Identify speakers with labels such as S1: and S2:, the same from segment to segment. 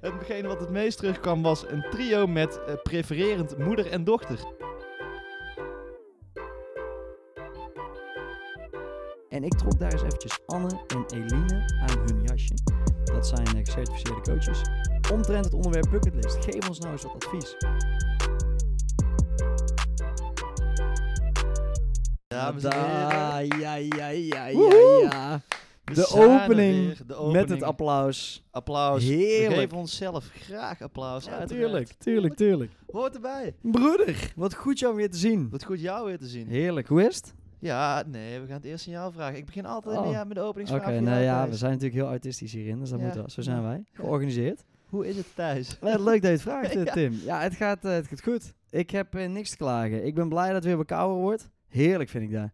S1: Hetgene wat het meest terugkwam was een trio met eh, prefererend moeder en dochter.
S2: En ik trok daar eens eventjes Anne en Eline aan hun jasje. Dat zijn eh, gecertificeerde coaches. Omtrent het onderwerp bucketlist. Geef ons nou eens wat advies.
S1: Dames en heren,
S2: Da, ja, ja, ja, ja,
S1: Woehoe!
S2: ja.
S1: we
S2: De
S1: zijn er
S2: opening
S1: weer. De
S2: Met het
S1: opening.
S2: applaus.
S1: applaus.
S2: Heerlijk.
S1: We geven onszelf graag applaus.
S2: Ja,
S1: uiteraard.
S2: tuurlijk, tuurlijk, tuurlijk.
S1: Hoort erbij.
S2: Broeder, wat goed jou weer te zien.
S1: Wat goed jou weer te zien.
S2: Heerlijk, hoe is het?
S1: Ja, nee, we gaan het eerst aan jou vragen. Ik begin altijd
S2: Oh.
S1: ja, met de
S2: Oké,
S1: openingsvraag. voor
S2: nou
S1: jou,
S2: ja, we
S1: Thijs.
S2: zijn natuurlijk heel artistisch hierin, dus dat
S1: Ja.
S2: moet wel. Zo zijn wij. Georganiseerd.
S1: Hoe is het thuis?
S2: Eh, Leuk dat je het vraagt, eh, Tim. Ja, het gaat, eh, het gaat goed. Ik heb eh, niks te klagen. Ik ben blij dat het weer wat kouder wordt. Heerlijk vind ik dat.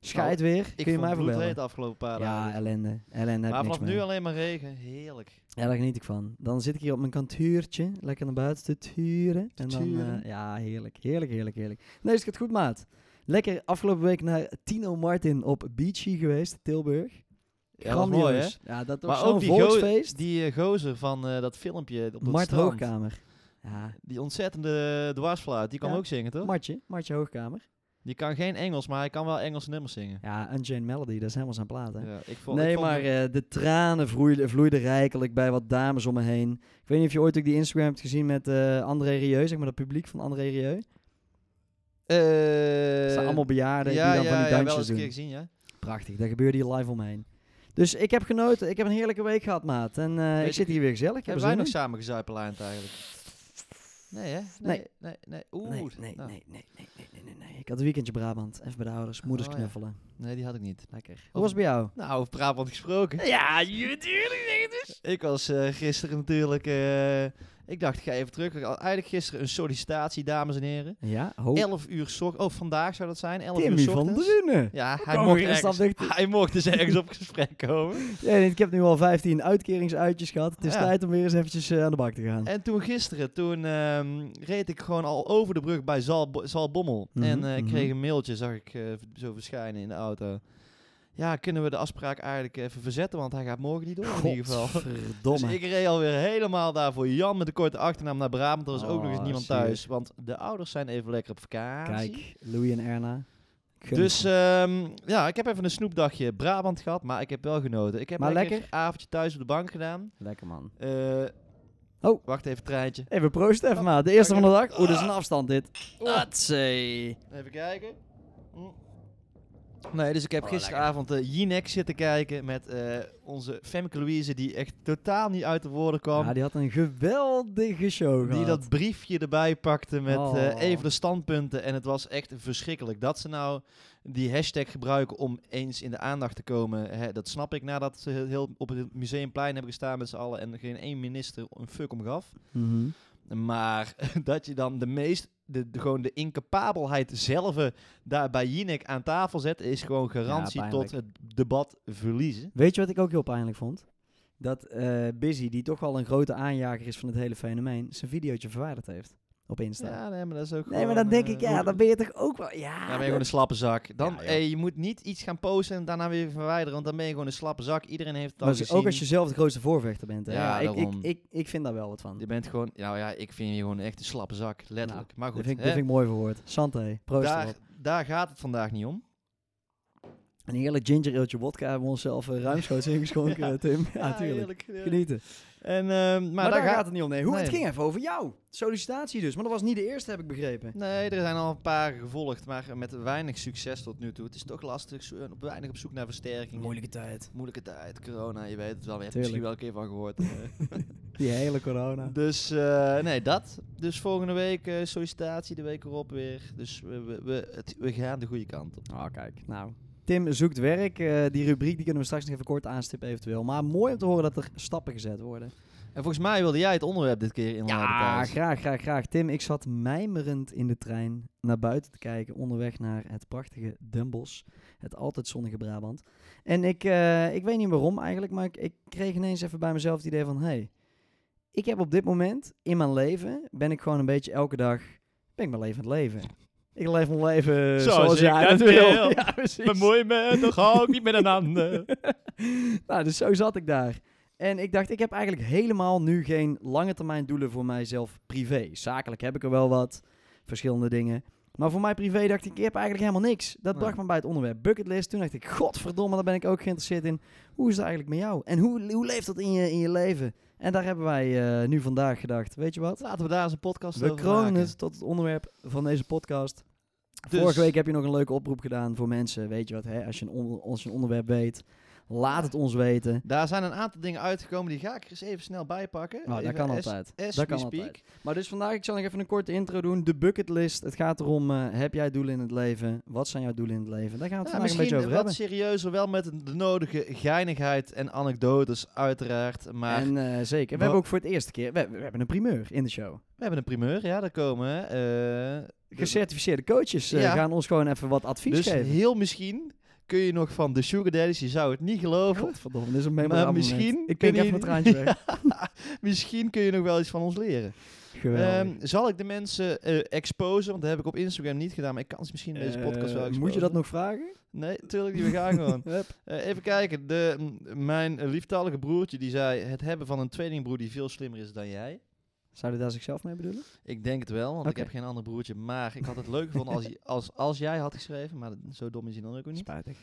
S2: Scheid weer.
S1: Nou, Ik
S2: Kun je mij
S1: vond het
S2: verbellen?
S1: de afgelopen paar
S2: Ja,
S1: dagen.
S2: ellende. Ellende heb
S1: dus- Maar
S2: ik niks
S1: vanaf nu
S2: mee.
S1: alleen maar regen. Heerlijk.
S2: Ja, daar geniet ik van. Dan zit ik hier op mijn kantuurtje, lekker naar buiten te turen. En dan,
S1: turen.
S2: eh, ja, heerlijk. Heerlijk, heerlijk, heerlijk. Nee, is het goed, maat. Lekker afgelopen week naar Tino Martin op Beachy geweest, Tilburg.
S1: Ja, dat was mooi, hè?
S2: Grandioos. Ja, dat was
S1: Maar ook
S2: zo'n
S1: die, go-
S2: volksfeest.
S1: die eh, gozer van eh, dat filmpje op het
S2: Mart
S1: strand.
S2: Hoogkamer. Ja,
S1: Die ontzettende dwarsfluit, die kan
S2: Ja.
S1: ook zingen, toch?
S2: Martje, Martje Hoogkamer.
S1: Die kan geen Engels, maar hij kan wel Engelse nummers zingen.
S2: Ja, Unchained Melody, dat is helemaal zijn plaat, hè?
S1: Ja, ik vond, ik
S2: nee,
S1: vond
S2: maar
S1: hem-
S2: eh, de tranen vloeiden, vloeiden rijkelijk bij wat dames om me heen. Ik weet niet of je ooit ook die Instagram hebt gezien met eh, André Rieu, zeg maar dat publiek van André Rieu. Het zijn
S1: Eh,
S2: allemaal bejaarden
S1: ja,
S2: die dan
S1: ja,
S2: van die
S1: ja, wel
S2: dansjes
S1: eens een keer
S2: doen.
S1: gezien, ja.
S2: Prachtig, daar gebeurde hier live omheen. Dus ik heb genoten, ik heb een heerlijke week gehad, maat. En eh,
S1: Weet
S2: ik zit
S1: je-
S2: hier weer gezellig. Ik heb
S1: Hebben
S2: er
S1: wij
S2: zin
S1: nog
S2: in.
S1: samen gezuipen Laant, eigenlijk? Nee, hè? Nee,
S2: Nee.
S1: nee, nee. Oeh.
S2: Nee, nee,
S1: nou,
S2: nee, nee, nee, nee, nee, nee, nee. Ik had een weekendje Brabant, even bij de ouders, moeders
S1: Oh, ja.
S2: knuffelen.
S1: nee, die had ik niet.
S2: Lekker. Hoe was het bij jou?
S1: Nou, over Brabant gesproken.
S2: Ja, natuurlijk.
S1: Ik was eh, gisteren natuurlijk... eh, ik dacht, ik ga even terug. Ik had Eigenlijk gisteren een sollicitatie, dames en heren.
S2: Ja, ho.
S1: 11 uur s ochtends. Oh, vandaag zou dat zijn. 11
S2: Timmy
S1: uur s
S2: van
S1: ochtends.
S2: Drunen.
S1: Ja, hij
S2: komen
S1: mocht,
S2: weer een stap
S1: ergens,
S2: dichter.
S1: hij mocht dus ergens op gesprek komen.
S2: Ja, nee, ik heb nu al 15 uitkeringsuitjes gehad. Het is
S1: Ja.
S2: tijd om weer eens eventjes eh, aan de bak te gaan.
S1: En toen gisteren, toen ehm, reed ik gewoon al over de brug bij Zalbo- Zalbommel.
S2: Mhm,
S1: en eh, ik kreeg
S2: mhm.
S1: een mailtje, zag ik eh, v- zo verschijnen in de auto. Ja, kunnen we de afspraak eigenlijk even verzetten, want hij gaat morgen niet door in ieder geval. Dus
S2: Godverdomme.
S1: ik reed alweer helemaal daar voor Jan met de korte achternaam naar Brabant. Er was ook nog eens
S2: Oh,
S1: niemand
S2: zuur.
S1: thuis, want de ouders zijn even lekker op vakantie.
S2: Kijk, Louis en Erna. Gun het
S1: Dus ehm, ja, ik heb even een snoepdagje Brabant gehad, maar ik heb wel genoten. Ik heb
S2: Maar
S1: lekker
S2: lekker?
S1: een avondje thuis op de bank gedaan.
S2: Lekker man.
S1: Eh,
S2: Oh.
S1: Wacht even, treintje.
S2: Even proost even, maat. De eerste van de dag. Oeh, dat is een
S1: Oh, Ah.
S2: afstand dit.
S1: Oeh.
S2: Atzee.
S1: Even kijken. Mm. Nee, dus ik heb
S2: Oh,
S1: gisteravond eh Jinek zitten kijken met eh, onze Femke Louise, die echt totaal niet uit de woorden kwam.
S2: Ja, die had een geweldige show
S1: die
S2: gehad.
S1: dat briefje erbij pakte met eh,
S2: Oh.
S1: even de standpunten. En het was echt verschrikkelijk. Dat ze nou die hashtag gebruiken om eens in de aandacht te komen. Hè, dat snap ik nadat ze heel, heel op het museumplein hebben gestaan met z'n allen. En geen één minister een fuck om gaf.
S2: Mhm.
S1: Maar dat je dan de meest, de, de- gewoon de incapabelheid zelf eh, daar bij Jinek aan tafel zet, is gewoon garantie
S2: pijnlijk.
S1: tot het debat verliezen.
S2: Weet je wat ik ook heel pijnlijk vond? Dat eh Busy, die toch wel een grote aanjager is van het hele fenomeen, zijn videootje verwijderd heeft op Insta.
S1: Ja, eh, nee, maar dat is ook
S2: nee, maar dan denk ik, ja, dan ben je toch ook wel...
S1: dan
S2: Ja,
S1: ben je
S2: dat-
S1: gewoon een slappe zak. Dan,
S2: eh, Ja, joh.
S1: eh, je moet niet iets gaan posten en daarna weer verwijderen, want dan ben je gewoon een slappe zak. Iedereen heeft het al
S2: Maar
S1: gezien.
S2: ook als je zelf de grootste voorvechter bent. Hè?
S1: Ja,
S2: Ja, ik, ik,
S1: daarom.
S2: ik, ik vind daar wel wat van.
S1: Je bent gewoon, nou ja, ik vind je gewoon echt een slappe zak, letterlijk. maar goed,
S2: Nou, dat, vind ik,
S1: hè,
S2: dat vind ik mooi verwoord. Santé, proost
S1: daar,
S2: erop.
S1: daar gaat het vandaag niet om.
S2: Een heerlijk ginger eeltje wodka hebben we onszelf eh, ruimschoots ingeschonken, eh,
S1: Ja.
S2: Tim. Ja, tuurlijk.
S1: heerlijk, heerlijk.
S2: Genieten.
S1: En, ehm, maar,
S2: Maar, daar
S1: gaat
S2: gaat het niet om. Nee. Hoe, Het
S1: Nee.
S2: ging even over jou. Sollicitatie dus. Maar dat was niet de eerste, heb ik begrepen.
S1: Nee, er zijn al een paar gevolgd, maar met weinig succes tot nu toe. Het is toch lastig, zo- eh, weinig op zoek naar versterking.
S2: Moeilijke tijd.
S1: Moeilijke tijd, corona, je weet het wel. Je hebt er misschien
S2: Tuurlijk.
S1: wel een keer van gehoord. eh.
S2: Die hele corona.
S1: dus eh, nee, dat. Dus volgende week eh, sollicitatie, de week erop weer. Dus we, we, we, het- we gaan de goede kant op.
S2: Oh, kijk. Nou. Tim zoekt werk. eh, die rubriek die kunnen we straks nog even kort aanstippen eventueel. Maar mooi om te horen dat er stappen gezet worden.
S1: En volgens mij wilde jij het onderwerp dit keer inleiden.
S2: Ja,
S1: Thijs.
S2: graag, graag, graag. Tim, ik zat mijmerend in de trein naar buiten te kijken, onderweg naar het prachtige Den Bosch, het altijd zonnige Brabant. En ik, eh, ik weet niet waarom eigenlijk, maar ik, ik kreeg ineens even bij mezelf het idee van, hé, hey, ik heb op dit moment in mijn leven, ben ik gewoon een beetje elke dag, ben ik mijn leven aan het leven. Ik leef mijn leven
S1: Zoals
S2: zoals,
S1: ik
S2: jij
S1: dat
S2: dat wil.
S1: wil.
S2: Ja, precies.
S1: Bemoei me toch ook niet met een ander.
S2: nou, dus zo zat ik daar. En ik dacht, ik heb eigenlijk helemaal nu geen lange termijn doelen voor mijzelf privé. Zakelijk heb ik er wel wat, verschillende dingen. Maar voor mij privé dacht ik, ik heb eigenlijk helemaal niks. Dat
S1: Nee.
S2: bracht me bij het onderwerp bucketlist. Toen dacht ik, godverdomme, daar ben ik ook geïnteresseerd in. Hoe is het eigenlijk met jou? En hoe, hoe leeft dat in je, in je leven? En daar hebben wij eh, nu vandaag gedacht, weet je wat?
S1: Laten we daar eens een podcast
S2: We
S1: over
S2: kronen
S1: maken.
S2: het tot het onderwerp van deze podcast.
S1: Dus-
S2: Vorige week heb je nog een leuke oproep gedaan voor mensen. Weet je wat, hè? Als, je een on- als je een onderwerp weet, laat het ons weten.
S1: Daar zijn een aantal dingen uitgekomen, die ga ik er eens even snel bijpakken.
S2: Nou, dat
S1: Even
S2: kan
S1: as-
S2: altijd.
S1: As
S2: Dat
S1: we
S2: kan
S1: speak.
S2: altijd. Maar dus vandaag, ik zal nog even een korte intro doen. De bucketlist. Het gaat erom, eh, heb jij doelen in het leven? Wat zijn jouw doelen in het leven? Daar gaan we het
S1: Ja,
S2: vandaag een
S1: misschien eh,
S2: beetje over
S1: wat
S2: hebben.
S1: serieuzer, wel met de nodige geinigheid en anekdotes uiteraard. Maar
S2: En eh, zeker. We
S1: Wa-
S2: hebben ook voor het eerste keer, we, we hebben een primeur in de show.
S1: we hebben een primeur, ja, daar komen. eh,
S2: Gecertificeerde coaches eh,
S1: Ja.
S2: gaan ons gewoon even wat advies
S1: dus
S2: geven.
S1: heel misschien kun je nog van de Sugar Daddies, je zou het niet geloven.
S2: Godverdomme, dit is een memorabel
S1: Maar
S2: moment.
S1: misschien
S2: Ik pink
S1: kunnen
S2: even een
S1: jullie-
S2: traantje weg.
S1: Misschien kun je nog wel iets van ons leren.
S2: Geweldig.
S1: Ehm, zal ik de mensen eh, exposen? Want dat heb ik op Instagram niet gedaan, maar ik kan ze misschien in deze podcast wel
S2: Eh,
S1: exposen.
S2: Moet je dat nog vragen?
S1: Nee, tuurlijk niet. We gaan gewoon.
S2: Hup.
S1: Eh, even kijken. De, m- mijn lieftalige broertje die zei... Het hebben van een tweelingbroer die veel slimmer is dan jij.
S2: Zou hij daar zichzelf mee bedoelen?
S1: Ik denk het wel, want ik
S2: Oké.
S1: heb geen ander broertje. Maar ik had het leuk gevonden als, hij- als, als jij had geschreven. Maar zo dom is hij dan ook weer niet.
S2: Spijtig.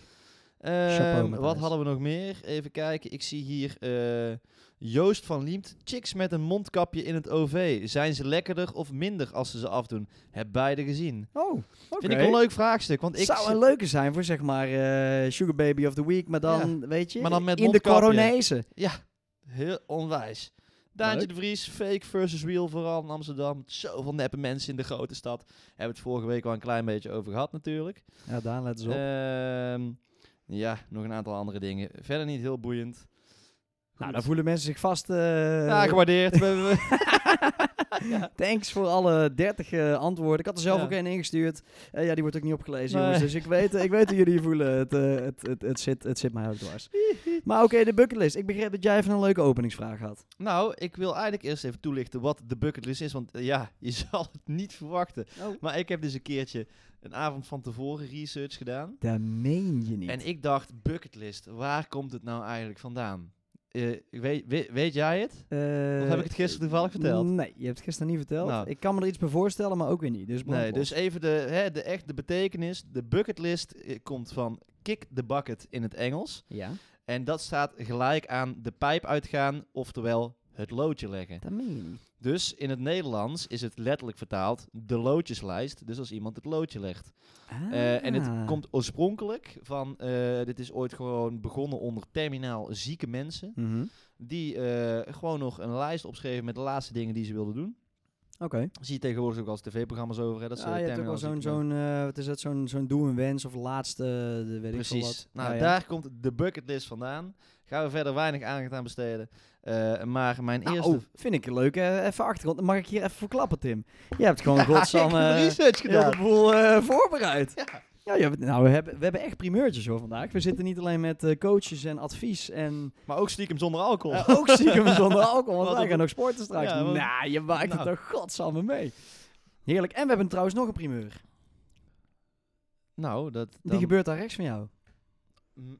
S1: Ehm,
S2: Chapeau,
S1: wat
S2: Matthijs.
S1: hadden we nog meer? Even kijken. Ik zie hier eh, Joost van Liemt. Chicks met een mondkapje in het OV. Zijn ze lekkerder of minder als ze ze afdoen? Heb beide gezien.
S2: Oh, oké.
S1: Vind ik een leuk vraagstuk. Want ik
S2: Zou
S1: zi-
S2: een leuke zijn voor zeg maar eh, Sugar Baby of the Week, maar dan, weet je,
S1: Maar dan met
S2: in de
S1: mondkapje.
S2: Coronese.
S1: Heel onwijs. Daantje
S2: Leuk.
S1: de Vries, fake versus real, vooral in Amsterdam. Zoveel neppe mensen in de grote stad. Hebben we het vorige week al een klein beetje over gehad natuurlijk.
S2: Ja, Daan, let eens op.
S1: Ehm, ja, nog een aantal andere dingen. Verder niet heel boeiend.
S2: nou,
S1: goed.
S2: dan voelen mensen zich vast... eh,
S1: ja, gewaardeerd. We- we-
S2: Thanks voor alle 30 eh, antwoorden. Ik had er zelf
S1: Ja.
S2: ook één ingestuurd. Eh, ja, die wordt ook niet opgelezen,
S1: Nee.
S2: jongens. Dus ik weet, ik weet hoe jullie je voelen. Het, eh, het, het, het, zit, het zit mij ook dwars. Maar oké, de bucketlist. Ik begreep dat jij even een leuke openingsvraag had.
S1: nou, ik wil eigenlijk eerst even toelichten wat de bucketlist is. Want eh, ja, je zal het niet verwachten.
S2: Oh.
S1: Maar ik heb dus een keertje een avond van tevoren research gedaan.
S2: Dat meen je niet.
S1: En ik dacht, bucketlist, waar komt het nou eigenlijk vandaan? Eh, weet, weet, weet jij het?
S2: Eh,
S1: Of heb ik het gisteren toevallig verteld?
S2: Nee, je hebt het gisteren niet verteld.
S1: Nou.
S2: Ik kan me er iets bij voorstellen, maar ook weer niet. Dus brand
S1: Nee,
S2: los.
S1: dus even de, hè, de, echt de betekenis. De bucketlist eh, komt van kick the bucket in het Engels.
S2: Ja,
S1: En dat staat gelijk aan de pijp uitgaan, oftewel het loodje leggen.
S2: dat meen je niet.
S1: Dus in het Nederlands is het letterlijk vertaald de loodjeslijst. Dus als iemand het loodje legt. Eh, en het
S2: Ah.
S1: komt oorspronkelijk van, eh, dit is ooit gewoon begonnen onder terminaal zieke mensen.
S2: Mhm.
S1: die eh, gewoon nog een lijst opschreven met de laatste dingen die ze wilden doen.
S2: Oké.
S1: Zie je tegenwoordig ook als tv-programma's over. Hè, dat eh, ze
S2: Ja, Ah, je hebt ook wel
S1: terminal
S2: zo'n,
S1: ziekte hebben.
S2: zo'n, eh, wat is dat, zo'n, zo'n doe en wens of laatste, eh, de weet ik veel
S1: Precies.
S2: wat.
S1: Nou,
S2: Ja, ja.
S1: daar komt de bucketlist vandaan. Gaan we verder weinig aandacht aan besteden. Eh, maar mijn
S2: Nou,
S1: eerste...
S2: oh, vind ik leuk. eh, even achtergrond. Mag ik hier even verklappen, Tim? Je hebt gewoon
S1: ik
S2: godsamme
S1: heb research
S2: heel
S1: gedaan.
S2: de boel eh, voorbereid.
S1: Ja.
S2: Ja, je hebt, nou, we hebben, we hebben echt primeurtjes hoor vandaag. We zitten niet alleen met eh, coaches en advies en
S1: Maar ook stiekem zonder alcohol.
S2: eh, ook zieken zonder alcohol, want
S1: Wat
S2: wij
S1: een-
S2: gaan nog sporten straks.
S1: Ja, want-
S2: nou, je maakt het
S1: nou.
S2: toch godsamme mee. Heerlijk. En we hebben trouwens nog een primeur.
S1: nou, dat...
S2: Die
S1: dan-
S2: gebeurt daar rechts van jou.
S1: Mm,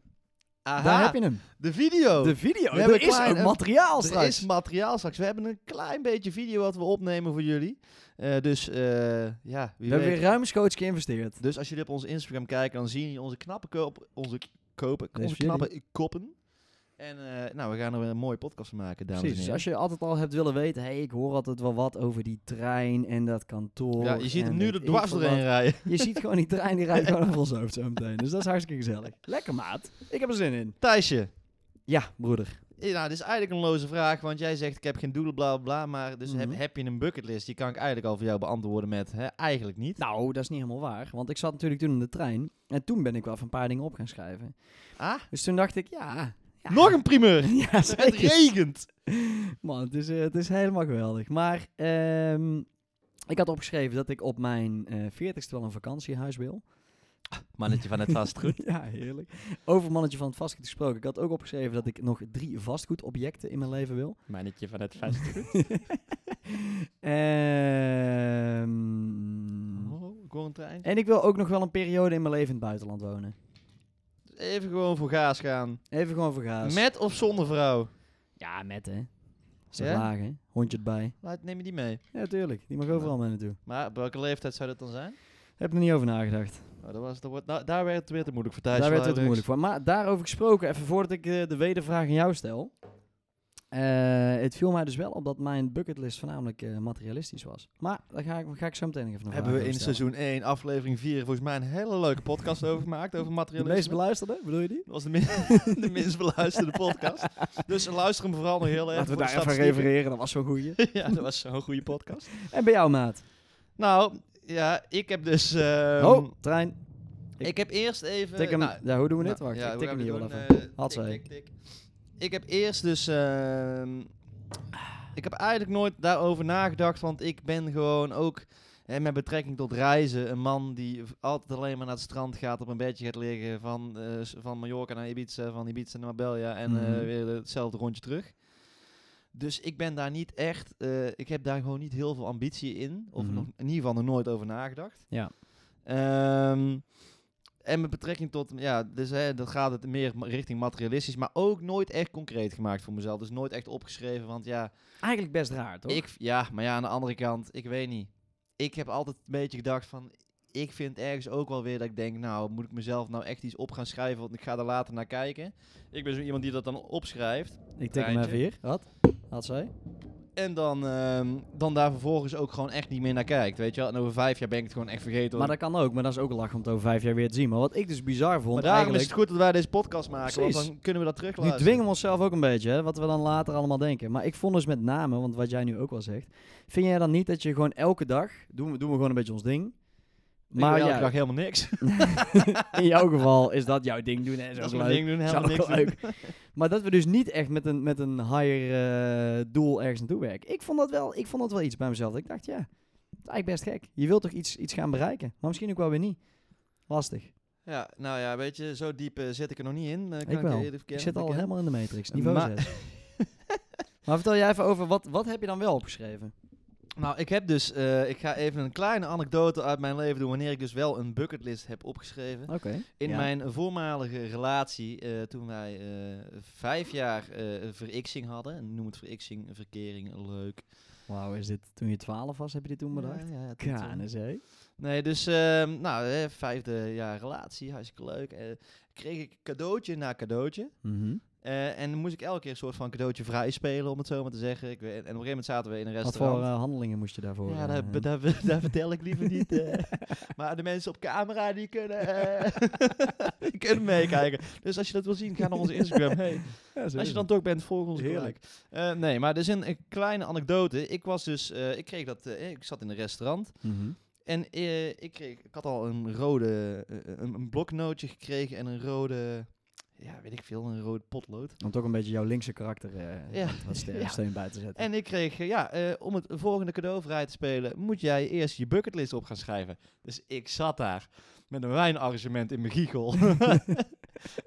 S1: Aha,
S2: Daar heb je hem.
S1: de video.
S2: De video.
S1: Oh. we hebben
S2: Er is
S1: klein-
S2: een materiaal
S1: er
S2: straks.
S1: is materiaal straks. We hebben een klein beetje video wat we opnemen voor jullie. Eh, dus eh, ja,
S2: We
S1: wie weet.
S2: hebben weer ruimschoots geïnvesteerd.
S1: Dus als jullie op onze Instagram kijken, dan zien jullie onze knappe koop, onze k- kopen,
S2: Deze
S1: onze
S2: voor jullie.
S1: knappe koppen. En eh, nou, we gaan er weer een mooie podcast van maken, dames
S2: Precies. Dus
S1: en
S2: als
S1: heren.
S2: je altijd al hebt willen weten, hey, ik hoor altijd wel wat over die trein en dat kantoor.
S1: ja, je ziet hem
S2: en
S1: nu
S2: weet
S1: er
S2: ik
S1: dwars
S2: veel
S1: doorheen rijden.
S2: wat. Je ziet gewoon die trein die rijdt gewoon over ons hoofd zo meteen. Dus dat is hartstikke gezellig. Lekker maat. Ik heb er zin in.
S1: Thijsje,
S2: Ja, broeder.
S1: eh, nou, dit is eigenlijk een loze vraag, want jij zegt ik heb geen doelen, bla bla, bla. Maar dus heb,
S2: Mhm.
S1: heb je een bucketlist? Die kan ik eigenlijk al voor jou beantwoorden met, hè, eigenlijk niet.
S2: Nou, dat is niet helemaal waar. Want ik zat natuurlijk toen in de trein. En toen ben ik wel even een paar dingen op gaan schrijven.
S1: Ah,
S2: Dus toen dacht ik, ja. ja.
S1: nog een primeur.
S2: Ja,
S1: Het
S2: zeker.
S1: regent.
S2: Man, het is, eh, het is helemaal geweldig. Maar ehm, ik had opgeschreven dat ik op mijn eh, veertigste wel een vakantiehuis wil.
S1: Mannetje van het vastgoed.
S2: Ja, heerlijk. Over mannetje van het vastgoed gesproken. Ik had ook opgeschreven dat ik nog drie vastgoedobjecten in mijn leven wil.
S1: Mannetje van het vastgoed.
S2: Ehm,
S1: Oh, ik hoor een trein.
S2: En ik wil ook nog wel een periode in mijn leven in het buitenland wonen.
S1: Even gewoon voor gaas gaan.
S2: Even gewoon vergaas.
S1: Met of zonder vrouw?
S2: Ja, met hè. Ze
S1: Ja?
S2: lagen, hondje erbij.
S1: Laat, neem je die mee.
S2: Ja, tuurlijk. Die mag overal mee naartoe.
S1: Maar op welke leeftijd zou dat dan zijn?
S2: Heb er niet over nagedacht.
S1: Oh, dat was, dat wordt, nou, daar werd het weer te moeilijk voor Thijs.
S2: Daar werd het
S1: Vlaanderen.
S2: moeilijk voor. Maar daarover gesproken, even voordat ik eh, de wedervraag aan jou stel. Eh, het viel mij dus wel op dat mijn bucketlist voornamelijk eh, materialistisch was. Maar daar ga ik, ga ik zo meteen nog even een
S1: Hebben
S2: vraag
S1: we in
S2: over stellen.
S1: seizoen 1, aflevering 4, volgens mij een hele leuke podcast over gemaakt. Over
S2: De meest
S1: materialisme.
S2: beluisterde, bedoel je die?
S1: Dat was de, min- de minst beluisterde podcast. Dus luister hem vooral nog heel erg.
S2: Laten we
S1: voor
S2: daar
S1: de
S2: even
S1: statistieken.
S2: refereren, dat was zo'n goeie.
S1: Ja, dat was zo'n goede podcast.
S2: en bij jou, maat?
S1: Nou, ja, ik heb dus... ehm,
S2: oh, trein.
S1: ik, heb eerst even...
S2: Tik hem.
S1: nou,
S2: ja, hoe doen we dit?
S1: nou,
S2: Wacht,
S1: ja,
S2: ik
S1: we
S2: tik hem
S1: gaan
S2: hier wel
S1: doen,
S2: even.
S1: eh,
S2: Hatzij.
S1: tik, tik, tik. Ik heb eerst dus... ehm, ik heb eigenlijk nooit daarover nagedacht, want ik ben gewoon ook... En met betrekking tot reizen, een man die v- altijd alleen maar naar het strand gaat, op een bedje gaat liggen, van, eh, s- van Mallorca naar Ibiza, van Ibiza naar Marbella en eh,
S2: Mhm.
S1: weer hetzelfde rondje terug. Dus ik ben daar niet echt, eh, ik heb daar gewoon niet heel veel ambitie in, of
S2: Mhm.
S1: nog, in ieder geval nog nooit over nagedacht.
S2: Ja.
S1: Ehm, en met betrekking tot, ja, dus hè, dat gaat het meer ma- richting materialistisch, maar ook nooit echt concreet gemaakt voor mezelf. Dus nooit echt opgeschreven, want ja,
S2: Eigenlijk best raar, toch?
S1: ik, ja, maar ja, aan de andere kant, ik weet niet. Ik heb altijd een beetje gedacht van, ik vind ergens ook wel weer dat ik denk, nou, moet ik mezelf nou echt iets op gaan schrijven, want ik ga er later naar kijken. Ik ben zo iemand die dat dan opschrijft.
S2: ik tik hem even
S1: Treintje.
S2: hier. Wat? Hatzij.
S1: En dan, ehm, dan daar vervolgens ook gewoon echt niet meer naar kijkt, weet je wel. En over vijf jaar ben ik het gewoon echt vergeten.
S2: Maar
S1: want-
S2: dat kan ook, maar dat is ook lach om het over vijf jaar weer te zien. Maar wat ik dus bizar vond
S1: maar daarom
S2: eigenlijk...
S1: is het goed dat wij deze podcast maken, want
S2: Precies.
S1: dan kunnen we dat
S2: Nu
S1: terugluisteren.
S2: dwingen we onszelf ook een beetje, hè, wat we dan later allemaal denken. Maar ik vond dus met name, want wat jij nu ook wel zegt... Vind jij dan niet dat je gewoon elke dag... Doen we, doen we gewoon een beetje ons ding. Maar
S1: ik doe
S2: ja,
S1: elke dag helemaal niks.
S2: in jouw geval is dat jouw ding doen. Hè, is
S1: Dat is
S2: ook
S1: mijn
S2: leuk.
S1: ding doen,
S2: Is
S1: helemaal
S2: ook
S1: niks
S2: wel
S1: doen.
S2: leuk. Maar dat we dus niet echt met een, met een higher eh, doel ergens naartoe werken. Ik vond, dat wel, ik vond dat wel iets bij mezelf. Ik dacht, ja, het is eigenlijk best gek. Je wilt toch iets, iets gaan bereiken? Maar misschien ook wel weer niet. Lastig.
S1: Ja, nou ja, weet je, zo diep eh, zit ik er nog niet in. eh, kan
S2: ik wel.
S1: je
S2: Ik,
S1: eerlijk bekennen,
S2: zit al
S1: bekennen.
S2: helemaal in de matrix. Niveau
S1: Maar-
S2: 6. maar vertel jij even over, wat, wat heb je dan wel opgeschreven?
S1: Nou, ik heb dus, eh, ik ga even een kleine anekdote uit mijn leven doen, wanneer ik dus wel een bucketlist heb opgeschreven.
S2: Oké.
S1: In
S2: Ja.
S1: mijn voormalige relatie, eh, toen wij eh, vijf jaar eh verxing hadden, noem het verxing, verkering, leuk.
S2: Wauw, is dit toen je 12 was, heb je dit toen bedacht?
S1: Ja, ja, ja, tot toen.
S2: KNSE.
S1: Nee, dus ehm, nou, eh, vijfde jaar relatie, hartstikke leuk. Eh, kreeg ik cadeautje na cadeautje.
S2: Mhm.
S1: Eh, en dan moest ik elke keer een soort van cadeautje vrij spelen, om het zo maar te zeggen. Ik, weet- en op een gegeven moment zaten we in een
S2: Wat voor
S1: restaurant.
S2: eh, handelingen moest je daarvoor?
S1: ja, daar,
S2: eh,
S1: be- daar, be- daar vertel ik liever niet. eh. maar de mensen op camera, die kunnen, eh, die kunnen meekijken. Dus als je dat wil zien, ga naar onze Instagram. Hey,
S2: Ja, zo
S1: als
S2: is
S1: je
S2: het.
S1: dan toch bent, volg ons
S2: Heerlijk.
S1: gelijk. Eh, nee, maar dus een, een kleine anekdote. Ik was dus, eh, ik kreeg dat, eh, ik zat in een restaurant.
S2: Mhm.
S1: En eh, ik, kreeg, ik had al een rode, eh, een, een bloknootje gekregen en een rode, ja weet ik veel, een rode potlood.
S2: Om toch een beetje jouw linkse karakter eh,
S1: Ja.
S2: wat- wat ste-
S1: Ja.
S2: steun bij te zetten.
S1: En ik kreeg, eh, ja, eh, om het volgende cadeau vrij te spelen, moet jij eerst je bucketlist op gaan schrijven. Dus ik zat daar met een wijnarrangement in mijn giegel.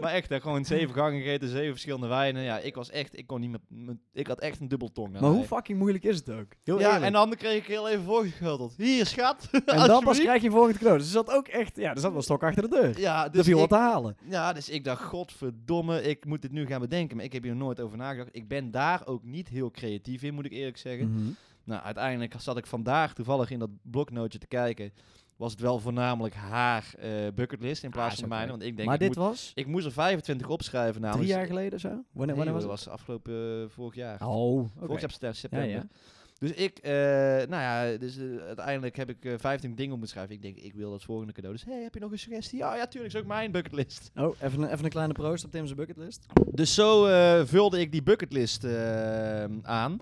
S1: maar echt, hè, gewoon zeven gangen gegeten, zeven verschillende wijnen. Ja, ik was echt, ik kon niet met, met- ik had echt een dubbeltong.
S2: maar hoe
S1: daarbij.
S2: fucking moeilijk is het ook? Heel
S1: Ja,
S2: eerlijk.
S1: en dan kreeg ik heel even voorgeschilderd. Hier, schat.
S2: En dan pas krijg je volgend cadeau. Dus er zat ook echt, ja, er zat wel stok achter de deur.
S1: Ja,
S2: er
S1: dus
S2: viel
S1: ik,
S2: wat te halen.
S1: Ja, dus ik dacht, godverdomme, ik moet dit nu gaan bedenken. Maar ik heb hier nooit over nagedacht. Ik ben daar ook niet heel creatief in, moet ik eerlijk zeggen.
S2: Mhm.
S1: Nou, uiteindelijk zat ik vandaag toevallig in dat bloknootje te kijken. Was het wel voornamelijk haar eh, bucketlist in plaats
S2: Ah, is
S1: van
S2: ook
S1: de mijne.
S2: leuk.
S1: Want ik denk,
S2: maar
S1: ik,
S2: dit
S1: moet,
S2: was
S1: ik moest er 25 opschrijven namens...
S2: drie jaar geleden zo? Wanneer,
S1: Nee,
S2: wanneer
S1: dat
S2: was
S1: was afgelopen eh, vorig jaar.
S2: het? Oh, oké.
S1: Vorig jaar septem-
S2: Ja,
S1: september.
S2: ja.
S1: Dus ik, eh, nou ja, dus, eh, uiteindelijk heb ik eh, 15 dingen op moeten schrijven. Ik denk, ik wil dat volgende cadeau. Dus, hey, heb je nog een suggestie? Ja, ja, tuurlijk, is ook mijn bucketlist.
S2: Oh, even een, even een kleine proost op Tim's bucketlist.
S1: Dus zo eh, vulde ik die bucketlist eh, aan.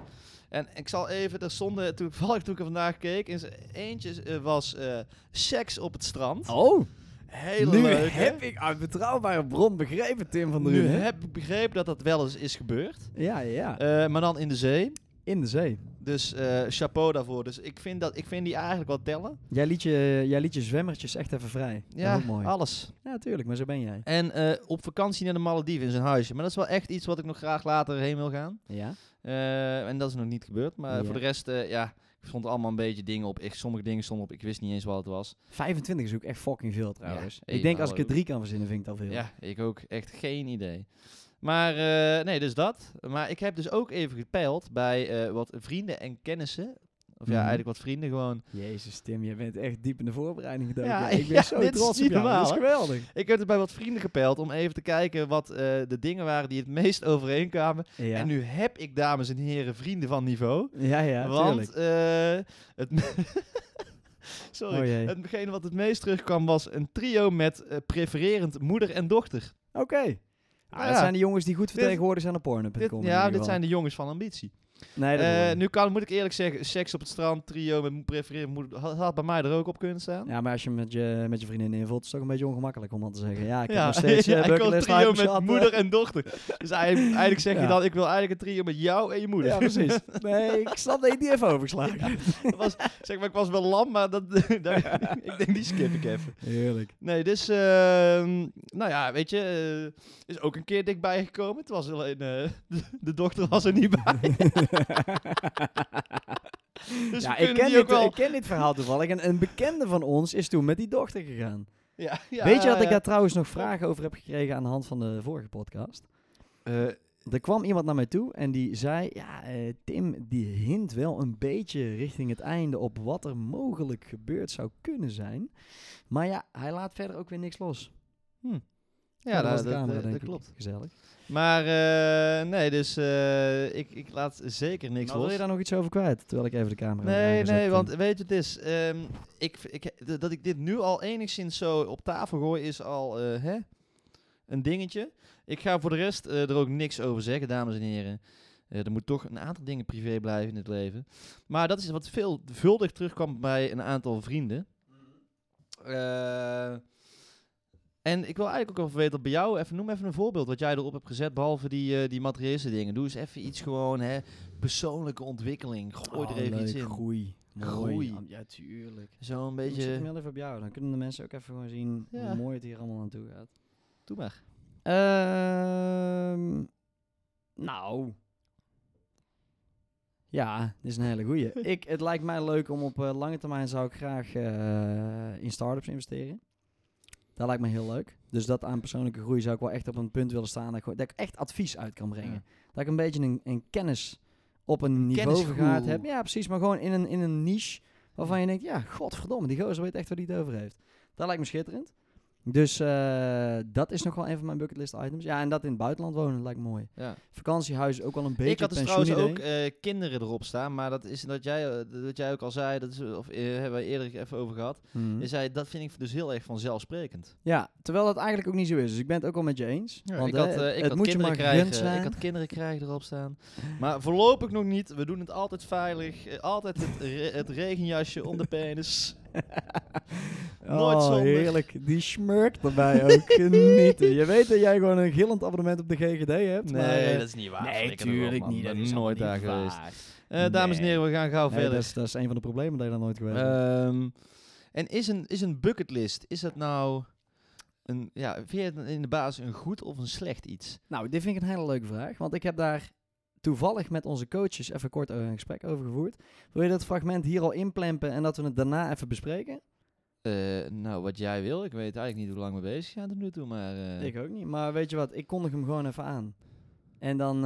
S1: En ik zal even, er stonden toevallig toen ik er vandaag keek, in z'n- eentje eh, was eh, seks op het strand.
S2: Oh,
S1: Hele
S2: nu
S1: leuk, hè?
S2: heb ik uit betrouwbare bron begrepen, Tim van der
S1: Nu
S2: Rune.
S1: heb ik begrepen dat dat wel eens is gebeurd.
S2: Ja, ja,
S1: Eh, maar dan in de zee.
S2: in de zee.
S1: Dus eh, chapeau daarvoor. Dus ik vind, dat, ik vind die eigenlijk wel tellen.
S2: Jij liet, je, jij liet je zwemmertjes echt even vrij.
S1: Ja,
S2: dat is ook mooi.
S1: alles.
S2: Ja, tuurlijk, maar zo ben jij.
S1: En eh, op vakantie naar de Malediven in zijn huisje. Maar dat is wel echt iets wat ik nog graag later heen wil gaan.
S2: Ja.
S1: Eh, en dat is nog niet gebeurd. Maar
S2: Ja.
S1: voor de rest, eh, ja, ik stond allemaal een beetje dingen op. Ik, sommige dingen stonden op. Ik wist niet eens wat het was.
S2: 25 is ook echt fucking veel trouwens.
S1: hey, nou, eh,
S2: ik denk
S1: maar
S2: als ik er
S1: hallo.
S2: drie kan verzinnen, vind ik dat veel.
S1: Ja, ik ook. Echt geen idee. Maar eh, nee, dus dat. Maar ik heb dus ook even gepeild bij eh, wat vrienden en kennissen. Of ja,
S2: Mhm.
S1: eigenlijk wat vrienden gewoon.
S2: Jezus, Tim, je bent echt diep in de voorbereiding gedoken.
S1: Ja,
S2: ik ben
S1: ja,
S2: zo
S1: dit is
S2: trots
S1: niet
S2: op jou. dat is
S1: normaal,
S2: geweldig.
S1: Ik heb het bij wat vrienden gepeild om even te kijken wat eh, de dingen waren die het meest overeenkwamen.
S2: Ja,
S1: En nu heb ik, dames en heren, vrienden van niveau.
S2: ja, ja tuurlijk.
S1: want eh, het. me- Sorry.
S2: Oh jee.
S1: Hetgene wat het meest terugkwam was een trio met eh, prefererend moeder en dochter.
S2: Oké. Ah,
S1: Nou
S2: dat
S1: ja.
S2: zijn de jongens die goed
S1: Dit-
S2: vertegenwoordigd zijn op porno.com.
S1: Dit,
S2: in
S1: ja,
S2: ieder
S1: dit
S2: geval.
S1: zijn de jongens van ambitie.
S2: Nee, dat
S1: Eh,
S2: hoor ik.
S1: nu kan, moet ik eerlijk zeggen, seks op het strand, trio met mo- prefererend moeder, had, had bij mij er ook op kunnen staan.
S2: Ja, maar als je met je, met je vriendin invult, is het toch een beetje ongemakkelijk om dan te zeggen. Ja, ik heb
S1: Ja,
S2: nog steeds
S1: ja,
S2: eh,
S1: ik wil een
S2: bucketlist
S1: trio
S2: items
S1: met
S2: gehad, eh.
S1: moeder en dochter. Dus eigenlijk, eigenlijk zeg je
S2: Ja.
S1: dan, ik wil eigenlijk een trio met jou en je moeder.
S2: Ja, precies. Nee, ik snap dat je die even overgeslagen hebt.
S1: Dat was, zeg maar, ik was wel lam, maar dat, dat- ik denk, die skip ik even.
S2: Heerlijk.
S1: Nee, dus, ehm, nou ja, weet je, eh, is ook een keer dikbij gekomen. Het was alleen, eh, de, de dochter was er niet bij. Dus
S2: ja,
S1: we
S2: ik
S1: kunnen
S2: ken,
S1: die ook
S2: dit,
S1: wel...
S2: ik ken dit verhaal toevallig. En een bekende van ons is toen met die dochter gegaan.
S1: Ja, ja,
S2: Weet je
S1: ja,
S2: dat ik
S1: ja.
S2: daar trouwens nog vragen over heb gekregen aan de hand van de vorige podcast?
S1: Eh,
S2: Er kwam iemand naar mij toe en die zei: Ja, eh, Tim, die hint wel een beetje richting het einde op wat er mogelijk gebeurd zou kunnen zijn. Maar ja, hij laat verder ook weer niks los.
S1: ja, dat,
S2: dat was de
S1: dat-
S2: camera,
S1: dat-
S2: denk
S1: dat
S2: ik.
S1: klopt.
S2: Gezellig.
S1: Maar eh, nee, dus eh, ik, ik laat zeker niks
S2: Maar
S1: los.
S2: wil je daar nog iets over kwijt? Terwijl ik even de camera
S1: Nee,
S2: erbij gezet
S1: nee,
S2: heb.
S1: want weet je wat het is? Ehm, ik, ik, d- dat ik dit nu al enigszins zo op tafel gooi is al eh, hè? een dingetje. Ik ga voor de rest eh, er ook niks over zeggen, dames en heren. Eh, er moet toch een aantal dingen privé blijven in het leven. Maar dat is wat veelvuldig terugkwam bij een aantal vrienden. Eh, en ik wil eigenlijk ook even weten wat bij jou, even, noem even een voorbeeld wat jij erop hebt gezet, behalve die, eh, die materiële dingen. Doe eens even iets gewoon, hè, persoonlijke ontwikkeling. Gooi
S2: Oh,
S1: er even
S2: leuk.
S1: iets in.
S2: Groei. Mooi.
S1: Groei.
S2: Ja, Ja, tuurlijk.
S1: Zo'n
S2: Ik zet hem
S1: beetje.
S2: heel even op jou. Dan kunnen de mensen ook even gewoon zien
S1: Ja.
S2: hoe mooi het hier allemaal naartoe gaat.
S1: Doe maar.
S2: Ehm, nou. Ja, dit is een hele goeie. ik, het lijkt mij leuk om op eh, lange termijn zou ik graag eh, in start-ups investeren. Dat lijkt me heel leuk. Dus dat aan persoonlijke groei zou ik wel echt op een punt willen staan. Dat ik, gewoon- dat ik echt advies uit kan brengen. Dat ik een beetje een, een kennis op een niveau
S1: kennisgevoel.
S2: vergaard heb. Ja, precies. Maar gewoon in een, in een niche waarvan je denkt... Ja, godverdomme, die gozer weet echt wat hij het over heeft. Dat lijkt me schitterend. Dus eh, dat is nog wel een van mijn bucketlist items. Ja, en dat in het buitenland wonen lijkt me mooi.
S1: Ja.
S2: Vakantiehuis ook wel een beetje
S1: Ik had dus
S2: een
S1: trouwens
S2: pensioenidee.
S1: ook eh, kinderen erop staan, maar dat is dat jij, eh, dat jij ook al zei, dat is, of eh, hebben we eerder even over gehad.
S2: Mhm.
S1: Je zei, dat vind ik dus heel erg vanzelfsprekend.
S2: Ja, terwijl dat eigenlijk ook niet zo is. Dus ik ben het ook wel met je eens. want
S1: ik
S2: eh,
S1: had, eh,
S2: het-
S1: ik
S2: het
S1: had
S2: moet je
S1: kinderen
S2: maar
S1: krijgen,
S2: gegund zijn.
S1: ik had kinderen krijgen erop staan. Maar voorlopig nog niet. We doen het altijd veilig. eh, Altijd het, re- het regenjasje om de penis. nooit
S2: oh,
S1: zonder.
S2: heerlijk. Die smurkt erbij ook. Genieten. Je weet dat jij gewoon een gillend abonnement op de GGD hebt. maar, eh,
S1: Nee, dat is niet waar. Flikker erop, man. Ik ben nooit daar geweest. Eh, dames en
S2: Nee.
S1: heren, we gaan gauw
S2: Nee,
S1: verder.
S2: dat, is, dat is een van de problemen dat je daar nooit geweest bent.
S1: Ehm, en is een, is een bucketlist, is dat nou een, ja, vind je het in de basis een goed of een slecht iets?
S2: Nou, dit vind ik een hele leuke vraag. Want ik heb daar toevallig met onze coaches even kort eh, een gesprek over gevoerd. Wil je dat fragment hier al inplempen en dat we het daarna even bespreken?
S1: Eh, nou, wat jij wil, ik weet eigenlijk niet hoe lang we bezig zijn tot nu toe, maar eh,
S2: Ik ook niet. Maar weet je wat, ik kondig hem gewoon even aan. En dan eh,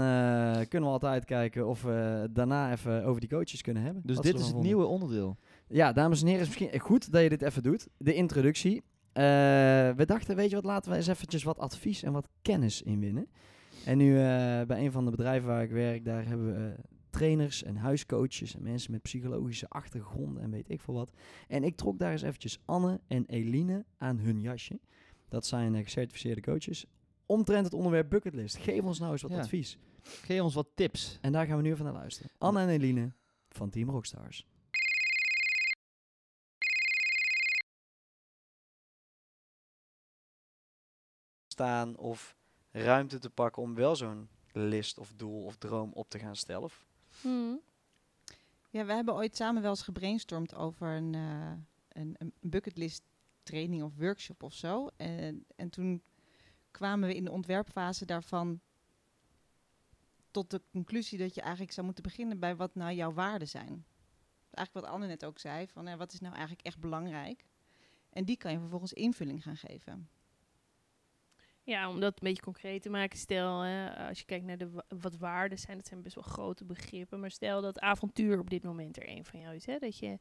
S2: kunnen we altijd kijken of we het daarna even over die coaches kunnen hebben.
S1: dus
S2: Wat ze
S1: dit is het
S2: ervan vonden.
S1: nieuwe onderdeel.
S2: Ja, dames en heren, is misschien goed dat je dit even doet. De introductie. Eh, we dachten, weet je wat, laten we eens eventjes wat advies en wat kennis inwinnen. En nu eh, bij een van de bedrijven waar ik werk, daar hebben we eh, trainers en huiscoaches en mensen met psychologische achtergronden en weet ik veel wat. En ik trok daar eens eventjes Anne en Eline aan hun jasje. Dat zijn eh, gecertificeerde coaches. Omtrent het onderwerp bucketlist. Geef ons nou eens wat
S1: Ja.
S2: advies.
S1: Geef ons wat tips.
S2: En daar gaan we nu even naar luisteren. Anne en Eline van Team Rockstars. Staan of ruimte te pakken om wel zo'n list of doel of droom op te gaan stellen. Of-
S3: Ja, we hebben ooit samen wel eens gebrainstormd over een, eh, een, een bucketlist training of workshop of zo. En, en toen kwamen we in de ontwerpfase daarvan tot de conclusie dat je eigenlijk zou moeten beginnen bij wat nou jouw waarden zijn. Eigenlijk wat Anne net ook zei, van eh, wat is nou eigenlijk echt belangrijk? En die kan je vervolgens invulling gaan geven.
S4: Ja, om dat een beetje concreet te maken, stel hè, als je kijkt naar de wa- wat waarden zijn, dat zijn best wel grote begrippen. Maar stel dat avontuur op dit moment er een van jou is. Hè, dat je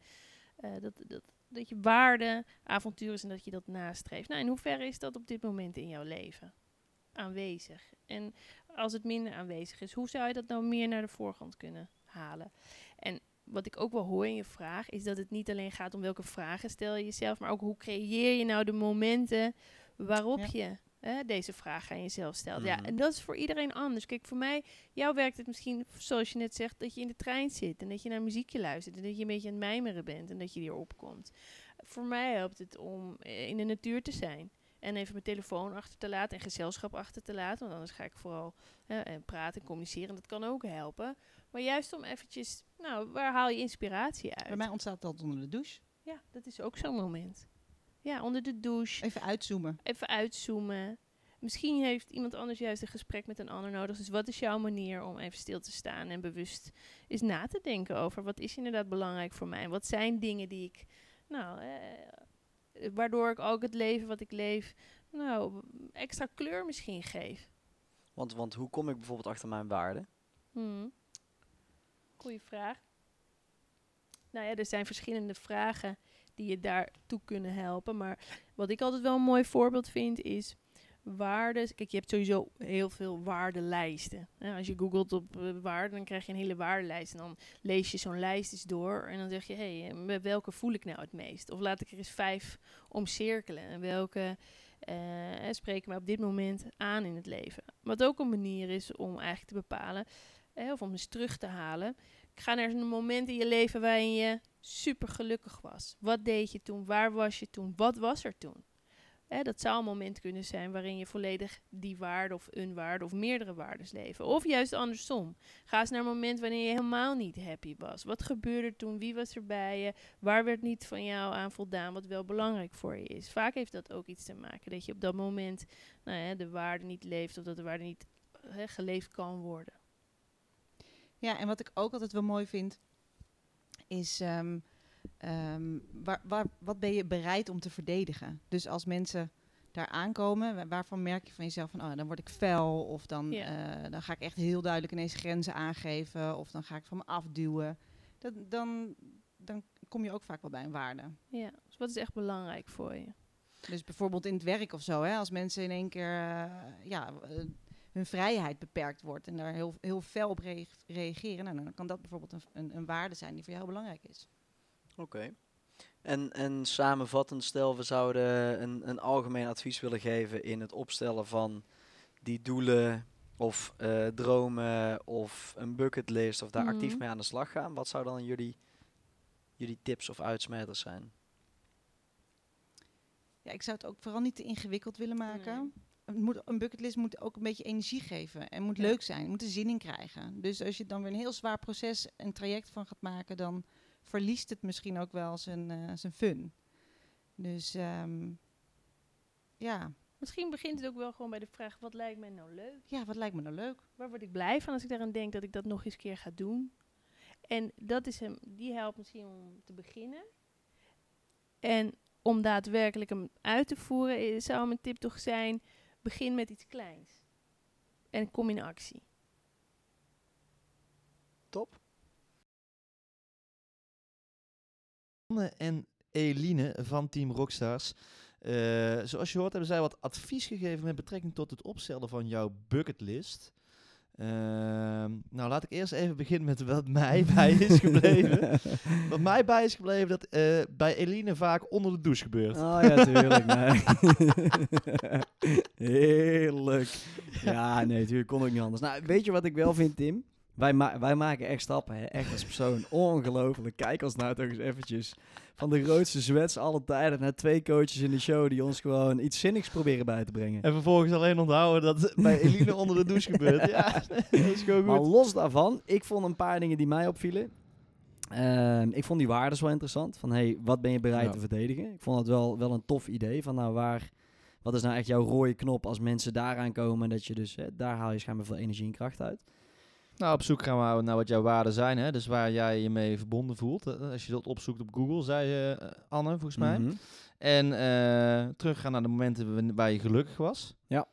S4: eh, dat, dat, dat je waarden, avontuur is en dat je dat nastreeft. Nou, in hoeverre is dat op dit moment in jouw leven aanwezig? En als het minder aanwezig is, hoe zou je dat nou meer naar de voorgrond kunnen halen? En wat ik ook wel hoor in je vraag, is dat het niet alleen gaat om welke vragen stel je jezelf, maar ook hoe creëer je nou de momenten waarop
S3: Ja.
S4: je hè, deze vraag aan jezelf stelt. Ja,
S1: Mhm.
S4: en dat is voor iedereen anders. Kijk, voor mij, jou werkt het misschien, zoals je net zegt, dat je in de trein zit en dat je naar muziekje luistert en dat je een beetje aan het mijmeren bent en dat je hierop komt. Voor mij helpt het om eh, in de natuur te zijn. En even mijn telefoon achter te laten en gezelschap achter te laten. Want anders ga ik vooral hè, en praten en communiceren. Dat kan ook helpen. Maar juist om eventjes, nou, waar haal je inspiratie uit?
S3: Bij mij ontstaat dat onder de douche.
S4: Ja, dat is ook zo'n moment. Ja, onder de douche.
S3: Even uitzoomen.
S4: Even uitzoomen. Misschien heeft iemand anders juist een gesprek met een ander nodig. Dus wat is jouw manier om even stil te staan en bewust eens na te denken over wat is inderdaad belangrijk voor mij? En wat zijn dingen die ik, nou, eh, waardoor ik ook het leven wat ik leef, nou, extra kleur misschien geef?
S5: Want, want hoe kom ik bijvoorbeeld achter mijn waarden?
S4: Hmm. Goeie vraag. Nou ja, er zijn verschillende vragen die je daartoe kunnen helpen. Maar wat ik altijd wel een mooi voorbeeld vind is waarden. Kijk, je hebt sowieso heel veel waardelijsten. Ja, als je googelt op eh, waarden, dan krijg je een hele waardelijst. En dan lees je zo'n lijst eens door en dan zeg je, hé, hey, eh, met welke voel ik nou het meest? Of laat ik er eens vijf omcirkelen. En welke eh, spreken mij op dit moment aan in het leven? Wat ook een manier is om eigenlijk te bepalen, eh, of om eens terug te halen. Ga naar een moment in je leven waarin je super gelukkig was. Wat deed je toen? Waar was je toen? Wat was er toen? Hè, dat zou een moment kunnen zijn waarin je volledig die waarde of een waarde of meerdere waarden leeft. Of juist andersom. Ga eens naar een moment wanneer je helemaal niet happy was. Wat gebeurde er toen? Wie was er bij je? Waar werd niet van jou aan voldaan wat wel belangrijk voor je is? Vaak heeft dat ook iets te maken dat je op dat moment nou ja, de waarde niet leeft of dat de waarde niet hè, geleefd kan worden.
S3: Ja, en wat ik ook altijd wel mooi vind, is ehm, ehm, waar, waar, wat ben je bereid om te verdedigen? Dus als mensen daar aankomen, wa- waarvan merk je van jezelf van, oh, dan word ik fel, of dan,
S4: Ja.
S3: eh, dan ga ik echt heel duidelijk ineens grenzen aangeven, of dan ga ik van me afduwen. Dat, dan, dan kom je ook vaak wel bij een waarde.
S4: Ja, dus wat is echt belangrijk voor je?
S3: Dus bijvoorbeeld in het werk of zo, hè, als mensen in één keer eh, ja, eh, hun vrijheid beperkt wordt en daar heel, heel fel op reag- reageren, nou, dan kan dat bijvoorbeeld een, een, een waarde zijn die voor jou belangrijk is.
S5: Oké. En, en samenvattend, stel we zouden een, een algemeen advies willen geven in het opstellen van die doelen of eh, dromen of een bucketlist of daar actief
S4: Mhm.
S5: mee aan de slag gaan. Wat zou dan jullie, jullie tips of uitsmeters zijn?
S3: Ja, ik zou het ook vooral niet te ingewikkeld willen maken. Het moet, een bucketlist moet ook een beetje energie geven en moet
S4: Ja.
S3: leuk zijn, moet er zin in krijgen. Dus als je dan weer een heel zwaar proces, een traject van gaat maken, dan verliest het misschien ook wel zijn, eh, zijn fun. Dus ehm, ja.
S4: Misschien begint het ook wel gewoon bij de vraag: wat lijkt mij nou leuk?
S3: ja, wat lijkt me nou leuk?
S4: Waar word ik blij van als ik daaraan denk dat ik dat nog eens keer ga doen? En dat is hem, die helpt misschien om te beginnen. En om daadwerkelijk hem uit te voeren, eh, zou mijn tip toch zijn: begin met iets kleins. En kom in actie.
S5: Top.
S1: Anne en Eline van Team Rockstars. Eh, zoals je hoort hebben zij wat advies gegeven met betrekking tot het opstellen van jouw bucketlist. Ehm, nou, laat ik eerst even beginnen met wat mij bij is gebleven. wat mij bij is gebleven, dat eh, bij Eline vaak onder de douche gebeurt.
S2: Oh ja, tuurlijk. nee. Heerlijk. Ja, nee, tuurlijk kon ik niet anders. Nou, weet je wat ik wel vind, Tim? Wij, ma- wij maken echt stappen, hè? echt als persoon. Ongelooflijk. Kijk ons nou toch eens eventjes. Van de grootste zwets alle tijden naar twee coaches in de show die ons gewoon iets zinnigs proberen bij te brengen.
S1: En vervolgens alleen onthouden dat het bij Eline onder de douche gebeurt. Ja, dat is gewoon
S2: Maar
S1: goed.
S2: los daarvan, ik vond een paar dingen die mij opvielen. Ehm, ik vond die waardes wel interessant. Van hey, wat ben je bereid
S1: Ja.
S2: te verdedigen? Ik vond dat wel, wel een tof idee. Van nou, waar, wat is nou echt jouw rode knop als mensen daaraan komen? en Dat je dus, hè, daar haal je schijnbaar veel energie en kracht uit.
S1: Nou, op zoek gaan we naar wat jouw waarden zijn. Hè? Dus waar jij je mee verbonden voelt. Eh, Als je dat opzoekt op Google, zei eh, Anne volgens mij.
S2: Mhm.
S1: En eh, teruggaan naar de momenten wan- waar je gelukkig was.
S2: Ja.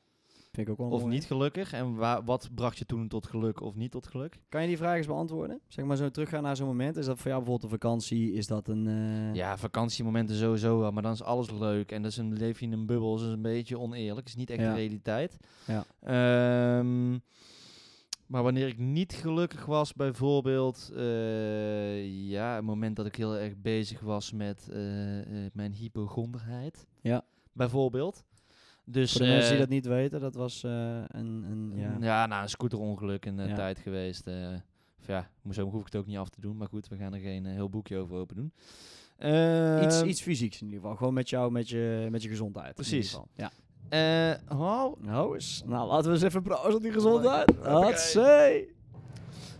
S2: Vind ik ook wel
S1: Of
S2: Oh, mooi.
S1: niet gelukkig? En wa- wat bracht je toen tot geluk of niet tot geluk?
S2: Kan je die vraag eens beantwoorden? Zeg maar zo teruggaan naar zo'n moment. Is dat voor jou bijvoorbeeld een vakantie? Is dat een... eh,
S1: Ja, vakantiemomenten sowieso wel, maar dan is alles leuk. En dan is een, leef je in een bubbel, dus dat is een beetje oneerlijk. is niet echt
S2: Ja.
S1: de realiteit.
S2: Ja.
S1: Ehm, maar wanneer ik niet gelukkig was, bijvoorbeeld... eh, ja, het moment dat ik heel erg bezig was met eh, eh, mijn hypochonderheid.
S2: Ja.
S1: Bijvoorbeeld. Dus,
S2: Voor de mensen die
S1: eh,
S2: dat niet weten, dat was eh, een... een ja.
S1: Ja, nou, een scooterongeluk in de
S2: Ja.
S1: tijd geweest. eh of ja, mo- zo hoef ik het ook niet af te doen. Maar goed, we gaan er geen eh, heel boekje over open doen. Eh,
S2: iets, iets fysieks in ieder geval. Gewoon met jou, met je, met je gezondheid. In
S1: Precies.
S2: ieder geval. Ja.
S1: eh, oh,
S2: Nou eens. Nou, laten we eens even proosten op die gezondheid. Hatsé.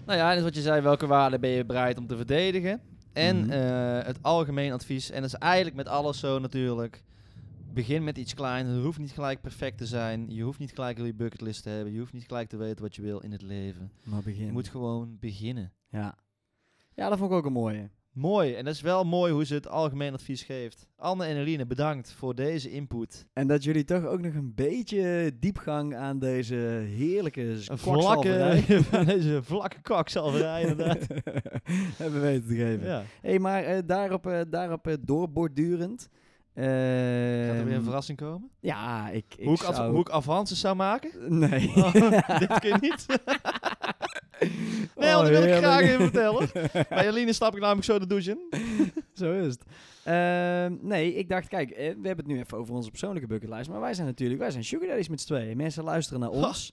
S1: nou ja, en dus wat je zei, welke waarden ben je bereid om te verdedigen? En
S2: Mhm.
S1: eh, het algemeen advies, en dat is eigenlijk met alles zo natuurlijk. Begin met iets kleins. Het hoeft niet gelijk perfect te zijn. Je hoeft niet gelijk heel je bucketlist te hebben. Je hoeft niet gelijk te weten wat je wil in het leven.
S2: Maar begin.
S1: Je moet gewoon beginnen.
S2: Ja. Ja, dat vond ik ook een mooie.
S1: Mooi, en dat is wel mooi hoe ze het algemeen advies geeft. Anne en Eline, bedankt voor deze input.
S2: En dat jullie toch ook nog een beetje diepgang aan deze heerlijke
S1: Een
S2: kwakzalverij-
S1: vlakke, deze vlakke kakzalverij inderdaad.
S2: hebben weten te geven.
S1: ja.
S2: hey, maar eh, daarop, eh, daarop eh, doorbordurend.
S1: Gaat er weer
S2: ehm,
S1: een verrassing komen?
S2: Ja, ik, ik
S1: hoe, ik ad-
S2: zou...
S1: hoe ik avances zou maken?
S2: Nee.
S1: Oh, dit kun je niet. nee,
S2: Oh,
S1: want dat wil ik
S2: heerlijk.
S1: graag even vertellen. Bij Eline stap ik namelijk zo de douche in.
S2: Zo is het. Ehm, nee, ik dacht, kijk, eh, we hebben het nu even over onze persoonlijke bucketlijst. Maar wij zijn natuurlijk, wij zijn sugar daddies met z'n tweeën. Mensen luisteren naar ons.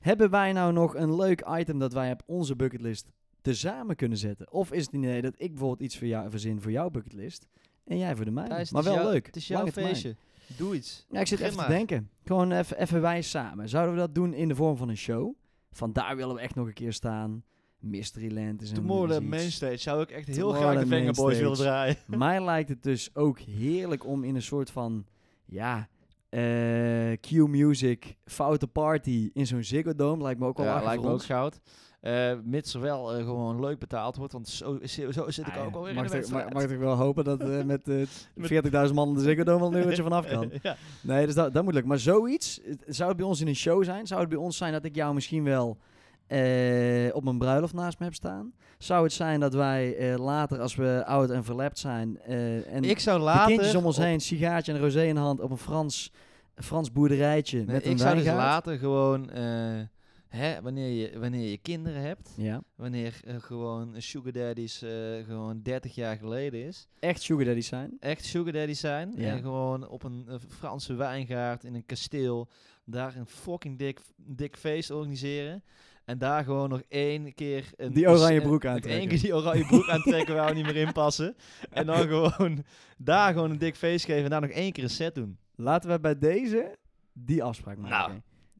S2: Hebben wij nou nog een leuk item dat wij op onze bucketlist tezamen kunnen zetten? Of is het een idee dat ik bijvoorbeeld iets voor jou verzin voor jouw bucketlist en jij voor de mijne?
S1: Thijs, het
S2: maar
S1: is
S2: wel
S1: jouw-
S2: leuk.
S1: Het is jouw
S2: Lange termijn.
S1: feestje. Doe iets.
S2: Ja, ik zit
S1: Begin
S2: even te
S1: maar.
S2: denken. Gewoon even, even wij samen. Zouden we dat doen in de vorm van een show? Vandaar willen we echt nog een keer staan. Mysteryland is een
S1: Tomorrowland
S2: is iets.
S1: Mainstage zou ik echt heel
S2: Tomorrowland
S1: graag de Venga Boys willen
S2: Mainstage.
S1: draaien.
S2: Mij lijkt het dus ook heerlijk om in een soort van, ja, eh Q-music, foute party in zo'n Ziggo Dome. Lijkt me ook wel
S1: Ja,
S2: lachen
S1: lijkt
S2: voor
S1: me ook
S2: ons.
S1: goud. Eh, mits er wel eh, gewoon leuk betaald wordt, want zo, zo zo zit ik
S2: Ah ja,
S1: ook alweer
S2: mag
S1: in de
S2: toch- mag,
S1: wedstrijd.
S2: mag toch wel hopen dat eh, met eh, 40.000 man in de Ziggo Dome al een uurtje vanaf kan.
S1: ja.
S2: Nee, dus dat, dat moet lukken. Maar zoiets, het- zou het bij ons in een show zijn? Zou het bij ons zijn dat ik jou misschien wel eh, op mijn bruiloft naast me heb staan? Zou het zijn dat wij eh, later, als we oud en verlept zijn... eh, en
S1: Ik zou
S2: De
S1: later...
S2: kindjes om ons
S1: op-
S2: heen, sigaartje en rosé in de hand op een Frans, Frans boerderijtje
S1: Nee,
S2: met een
S1: ik zou dus
S2: wijngaard.
S1: later gewoon... eh, hè, wanneer, je, wanneer je kinderen hebt,
S2: Ja,
S1: wanneer eh, gewoon sugar daddies eh, gewoon 30 jaar geleden is,
S2: echt sugar daddies zijn.
S1: echt sugar daddies zijn,
S2: Ja.
S1: en gewoon op een eh, Franse wijngaard in een kasteel, daar een fucking dik, dik feest organiseren, en daar gewoon nog één keer... Een,
S2: Die oranje
S1: een-
S2: broek
S1: nog
S2: aantrekken.
S1: één keer die oranje broek aantrekken waar we niet meer in passen, en dan gewoon daar gewoon een dik feest geven en daar nog één keer een set doen.
S2: Laten we bij deze die afspraak maken.
S1: Nou,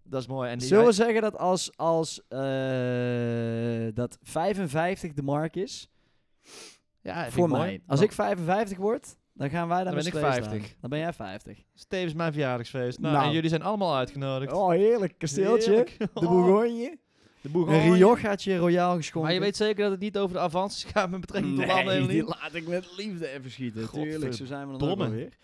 S1: Dat is mooi. En die-
S2: Zullen we zeggen dat als, als eh, dat 55 de mark is,
S1: Ja, vind
S2: voor
S1: ik
S2: mij. Nou.
S1: mooi.
S2: Als
S1: Dan-
S2: ik 55 word, dan gaan wij daar
S1: Dan
S2: met
S1: ben
S2: z'n
S1: ik
S2: tweeën staan.
S1: 50.
S2: Dan ben jij 50.
S1: is tevens mijn verjaardagsfeest. Nou,
S2: Nou.
S1: en jullie zijn allemaal uitgenodigd.
S2: Oh, heerlijk. Kasteeltje,
S1: Heerlijk. Oh,
S2: de
S1: De
S2: Bourgogne, een
S1: Bourgogne.
S2: riochaatje royaal geschonken.
S1: Maar je weet zeker dat het niet over de avances gaat met betrekking tot Anne en
S2: Nee, die
S1: Eline?
S2: laat ik met liefde even schieten. Tuurlijk, zo zijn we dan ook
S1: Godverdomme.
S2: wel weer.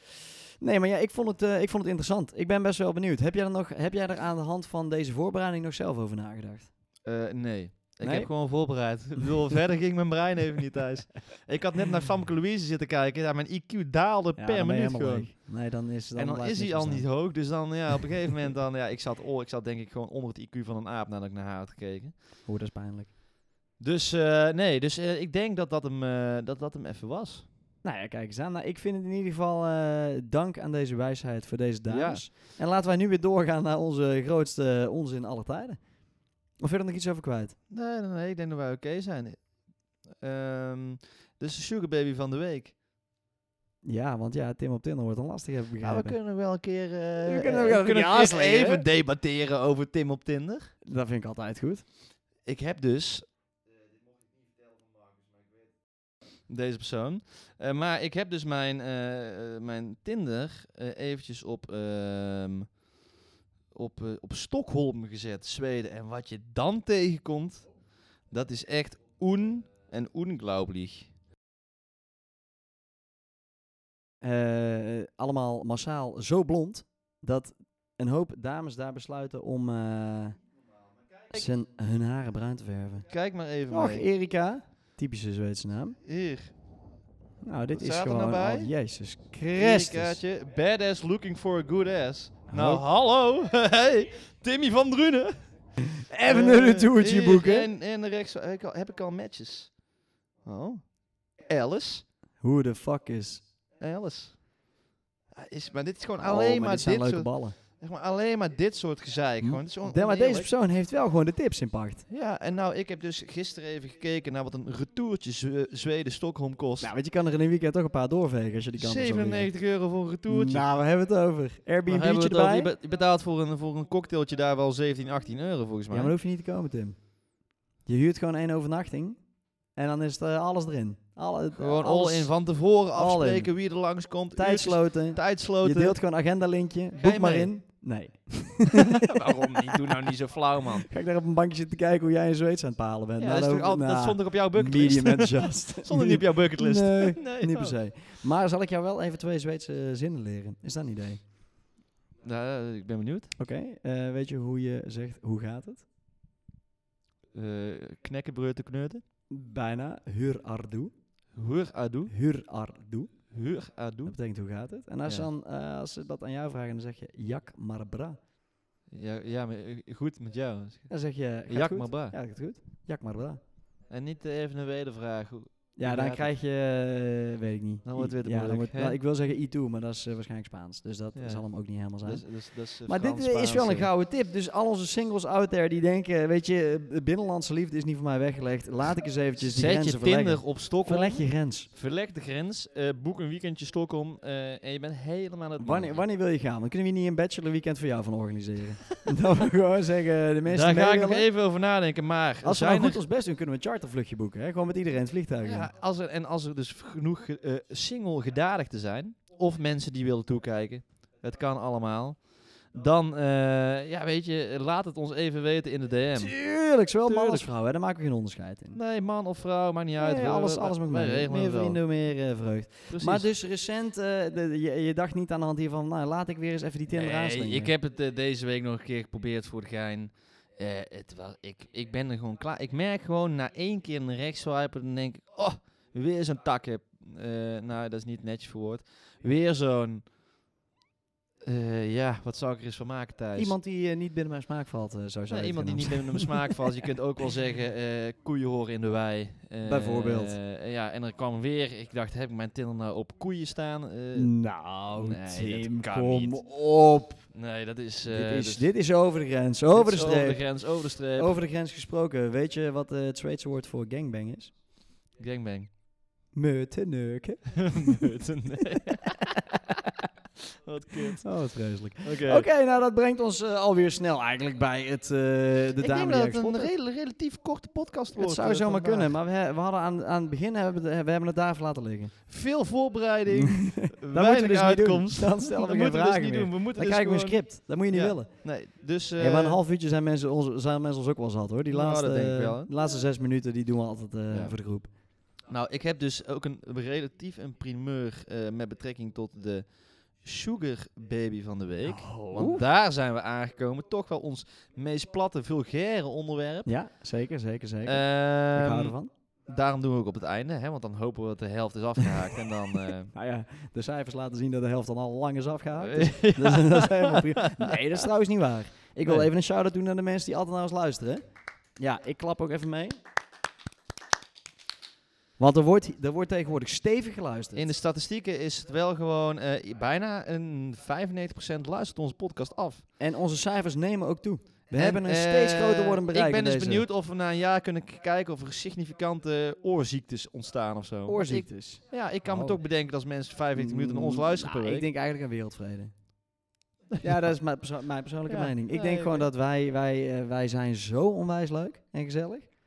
S2: Nee, maar ja, ik vond, het, eh, ik vond het interessant. Ik ben best wel benieuwd. Heb jij, er nog, heb jij er aan de hand van deze voorbereiding nog zelf over nagedacht?
S1: Eh, nee. Ik
S2: Nee?
S1: heb gewoon voorbereid. Ik bedoel, verder ging mijn brein even niet thuis. Ik had net naar Famke Louise zitten kijken. Ja, mijn IQ daalde
S2: Ja,
S1: per
S2: dan ben je
S1: minuut
S2: helemaal
S1: gewoon.
S2: leeg. Nee, dan is, dan
S1: en dan
S2: blijft
S1: is
S2: niks
S1: hij al
S2: bestaan.
S1: niet hoog. Dus dan, ja, op een gegeven moment dan... Ja, ik zat, oh, ik zat denk ik gewoon onder het IQ van een aap nadat ik naar haar had gekeken.
S2: Oeh, dat is pijnlijk.
S1: Dus eh, nee, dus eh, ik denk dat dat hem, eh, dat dat hem even was.
S2: Nou ja, kijk eens aan. Nou, ik vind het in ieder geval eh, dank aan deze wijsheid voor deze dames. En laten wij nu weer doorgaan naar onze grootste onzin aller tijden. Of verder nog iets over kwijt?
S1: Nee, nee, nee, ik denk dat wij oké zijn. Ehm, dus de Sugar Baby van de week.
S2: Ja, want ja, Tim op Tinder wordt dan lastig, heb ik
S1: Nou,
S2: begrepen.
S1: we kunnen wel een keer, eh,
S2: We kunnen
S1: eh,
S2: wel
S1: we
S2: een keer
S1: een keer
S2: aanslaan, hè?
S1: even debatteren over Tim op Tinder.
S2: Dat vind ik altijd goed.
S1: Ik heb dus. Deze persoon. Eh, maar ik heb dus mijn, eh, eh, mijn Tinder eh, eventjes op, ehm, op, eh, op Stockholm gezet, Zweden. En wat je dan tegenkomt, dat is echt un en unglaublich.
S2: eh, allemaal massaal zo blond dat een hoop dames daar besluiten om eh, zijn, hun haren bruin te verven.
S1: Kijk maar even
S2: Och,
S1: mee.
S2: Erika. Typische Zweedse naam.
S1: Hier,
S2: Nou, dit is
S1: Staat er
S2: gewoon...
S1: nou bij?
S2: al- Jezus Christus.
S1: Erikaatje. Badass looking for a good ass. Nou,
S2: Oh.
S1: hallo. Hey, Timmy van Drunen.
S2: Even
S1: Eh,
S2: een retourtje
S1: hier,
S2: boeken.
S1: En, en rechts heb ik, al, heb ik al matches. Oh. Alice.
S2: Who the fuck is...
S1: Alice. Ah, Is, maar dit is gewoon
S2: Oh,
S1: alleen
S2: maar
S1: maar,
S2: dit zijn
S1: dit
S2: leuke
S1: soort,
S2: ballen.
S1: zeg maar, alleen maar dit soort gezeik.
S2: Hm?
S1: Gewoon, het is on-
S2: Ja, maar deze
S1: oneerlijk.
S2: persoon heeft wel gewoon de tips in pacht.
S1: Ja, en nou, ik heb dus gisteren even gekeken naar wat een retourtje Zwe- Zweden-Stockholm kost.
S2: Nou, want je kan er in een weekend toch een paar doorvegen als je die kant op zou liggen.
S1: 97 euro voor een retourtje.
S2: Nou, we hebben we het over.
S1: Waar hebben we
S2: Airbnb'tje
S1: het over?
S2: erbij.
S1: Je be- je betaalt voor een, voor een cocktailtje daar wel 17, 18 euro volgens
S2: Ja,
S1: mij.
S2: maar dan hoef je niet te komen, Tim. Je huurt gewoon één overnachting en dan is het eh, alles erin. Alle,
S1: Gewoon
S2: alles,
S1: all in van tevoren
S2: All in.
S1: afspreken wie er langs komt.
S2: Tijdsloten. Je
S1: Tijdsloten.
S2: deelt gewoon een agendalinkje.
S1: je
S2: Boek maar
S1: mee?
S2: in. Nee.
S1: Waarom niet? Doe nou niet zo flauw, man.
S2: Ga ik daar op een bankje zitten kijken hoe jij een Zweeds aan het palen bent.
S1: Ja,
S2: Nou,
S1: dat, is
S2: dan
S1: toch al,
S2: hoef-
S1: dat
S2: nou,
S1: stond er op jouw bucketlist.
S2: Medium and just.
S1: stond er niet op jouw bucketlist.
S2: Nee,
S1: oh.
S2: niet per se. Maar zal ik jou wel even twee Zweedse eh, zinnen leren? Is dat een idee?
S1: Nou, ik ben benieuwd.
S2: Oké, eh, weet je hoe je zegt, hoe gaat het?
S1: Eh knekken, breuten, kneuten.
S2: Bijna, hur ardu.
S1: Hur adu.
S2: Hur ardu.
S1: Hur
S2: Dat
S1: adu.
S2: betekent hoe gaat het? En als,
S1: Ja.
S2: dan, eh, als ze dat aan jou vragen, dan zeg je jak maar bra.
S1: Ja, ja, maar eh, goed met jou.
S2: Dan zeg je gaat het
S1: Jak
S2: goed?
S1: maar bra.
S2: Ja, gaat het goed. Jak maar bra.
S1: En niet eh, even een wedervraag. Hoe-
S2: Ja,
S1: Hoe
S2: dan
S1: gaat
S2: krijg je, eh, weet ik niet.
S1: Dan wordt het weer te
S2: ja, dan
S1: moeilijk,
S2: wordt-
S1: hè?
S2: nou, ik wil zeggen i2, maar dat is eh, waarschijnlijk Spaans. Dus dat
S1: Ja.
S2: zal hem ook niet helemaal zijn.
S1: Dus, dus, dus, eh,
S2: maar dit
S1: Frans,
S2: eh, is wel een
S1: Spaans, eh,
S2: gouden tip. Dus al onze singles out there die denken, weet je, eh, binnenlandse liefde is niet voor mij weggelegd. Laat ik eens eventjes die
S1: Zet je
S2: grenzen
S1: Tinder
S2: verleggen.
S1: op Stockholm.
S2: Verleg je grens.
S1: Verleg de grens. eh, boek een weekendje Stockholm. eh, en je bent helemaal het
S2: Wanneer, wanneer wil je gaan? Dan kunnen we niet een bachelor weekend voor jou van organiseren. dan we gewoon zeggen, de mensen
S1: Daar
S2: die
S1: ga
S2: mee
S1: ik nog
S2: willen-
S1: even over nadenken. Maar
S2: Als we
S1: zijn
S2: nou goed
S1: er-
S2: ons best doen, kunnen we een chartervluchtje boeken. Hè? Gewoon met iedereen het vliegtuig in.
S1: ja, als er, En als er dus genoeg ge- eh, single gedadigden zijn. Of mensen die willen toekijken. Het kan allemaal. Dan, eh, ja, weet je, laat het ons even weten in de DM.
S2: Tuurlijk, zowel man als
S1: Tuurlijk.
S2: vrouw. Hè? Daar maken we geen onderscheid in.
S1: Nee, man of vrouw, maakt niet uit.
S2: Nee,
S1: We-
S2: alles,
S1: we-
S2: alles mag
S1: wij
S2: mee.
S1: regelen
S2: Meer
S1: het wel.
S2: vrienden, meer eh, vreugd.
S1: Precies.
S2: Maar dus recent, eh, de- je, je dacht niet aan de hand hiervan, nou laat ik weer eens even die Tinder
S1: Nee,
S2: aanslingen.
S1: ik heb het eh, deze week nog een keer geprobeerd voor de gein. Eh, het was, ik, ik ben er gewoon klaar. Ik merk gewoon na één keer een rechts swipen, dan denk ik, oh, weer zo'n takken. Eh, nou, dat is niet netjes verwoord. Weer zo'n, eh, ja, wat zou ik er eens van maken thuis?
S2: Iemand die eh, niet binnen mijn smaak valt, eh, zo zou
S1: Nou,
S2: je
S1: iemand die niet binnen mijn smaak valt. Je kunt ook wel zeggen, eh, koeien horen in de wei. Eh,
S2: Bijvoorbeeld.
S1: eh, ja, en er kwam weer, ik dacht, heb ik mijn Tinder nou op koeien staan? Eh,
S2: Nou,
S1: Nee, dat
S2: Tim,
S1: kan
S2: kom
S1: niet.
S2: op.
S1: nee, dat is... eh,
S2: dit, is,
S1: dat-
S2: dit is over de grens, over de
S1: dit is
S2: streep.
S1: Over de grens, over de streep.
S2: Over de grens gesproken, weet je wat eh, het Zweedse woord voor gangbang is?
S1: Gangbang.
S2: Meuteneuken.
S1: Meuten, nee. Wat kut.
S2: Oh, wat vreselijk.
S1: Oké.
S2: Oké, nou dat brengt ons eh, alweer snel eigenlijk bij het, eh, de
S1: Ik
S2: dame
S1: denk
S2: die
S1: dat
S2: ergens
S1: het een
S2: spot heeft.
S1: rel- relatief korte podcast wordt.
S2: Het zou
S1: eh,
S2: zomaar
S1: vandaag.
S2: kunnen, maar we, he- we hadden aan, aan het begin hebben we, het- we hebben het daar even laten liggen.
S1: Veel voorbereiding,
S2: Dat moeten we
S1: weinig
S2: dus niet doen.
S1: uitkomst.
S2: Dan
S1: Dat
S2: stellen we geen
S1: moeten we dus
S2: vragen
S1: niet
S2: meer.
S1: doen. We moeten
S2: Dan
S1: dus
S2: krijgen we een
S1: gewoon-
S2: script. Dat moet je niet
S1: Ja.
S2: willen.
S1: Nee, dus... eh
S2: Ja, maar een half uurtje zijn mensen, ons, zijn mensen ons ook wel zat hoor. Die
S1: Nou,
S2: laatste,
S1: dat denk ik wel, hè.
S2: de laatste zes minuten die doen we altijd eh,
S1: Ja.
S2: voor de groep.
S1: Nou, ik heb dus ook een relatief een primeur eh, met betrekking tot de sugar baby van de week.
S2: Oh.
S1: Want daar zijn we aangekomen. Toch wel ons meest platte, vulgaire onderwerp.
S2: Ja, zeker, zeker, zeker. ik hou
S1: Ehm,
S2: ervan.
S1: Daarom doen we ook op het einde, hè? want dan hopen we dat de helft is afgehaakt. en dan. eh,
S2: Nou ja, de cijfers laten zien dat de helft dan al lang is afgehaakt. Dus
S1: ja.
S2: dat, is, dat is helemaal prima. Nee, dat is trouwens niet waar. Ik wil
S1: Nee.
S2: even een shout-out doen aan de mensen die altijd naar ons luisteren. hè. Ja, ik klap ook even mee. Want er wordt, er wordt tegenwoordig stevig geluisterd.
S1: In de statistieken is het wel gewoon eh, bijna een 95% luistert onze podcast af.
S2: En onze cijfers nemen ook toe. We
S1: En,
S2: hebben een
S1: eh,
S2: steeds groter worden bereik.
S1: Ik ben
S2: in
S1: dus
S2: deze
S1: benieuwd of we na een jaar kunnen k- kijken of er significante oorziektes ontstaan of zo. Want
S2: Oorziektes.
S1: ik- ja, ik kan me
S2: Oh.
S1: toch bedenken dat als mensen 45 minuten naar ons
S2: Mm,
S1: luisteren
S2: nou,
S1: per
S2: Ik
S1: week.
S2: denk eigenlijk aan wereldvrede. ja, dat is mijn, perso- mijn persoonlijke
S1: Ja.
S2: mening. Ik
S1: Ja,
S2: denk
S1: ik
S2: gewoon
S1: weet-
S2: dat wij, wij, eh, wij zijn zo onwijs leuk en gezellig.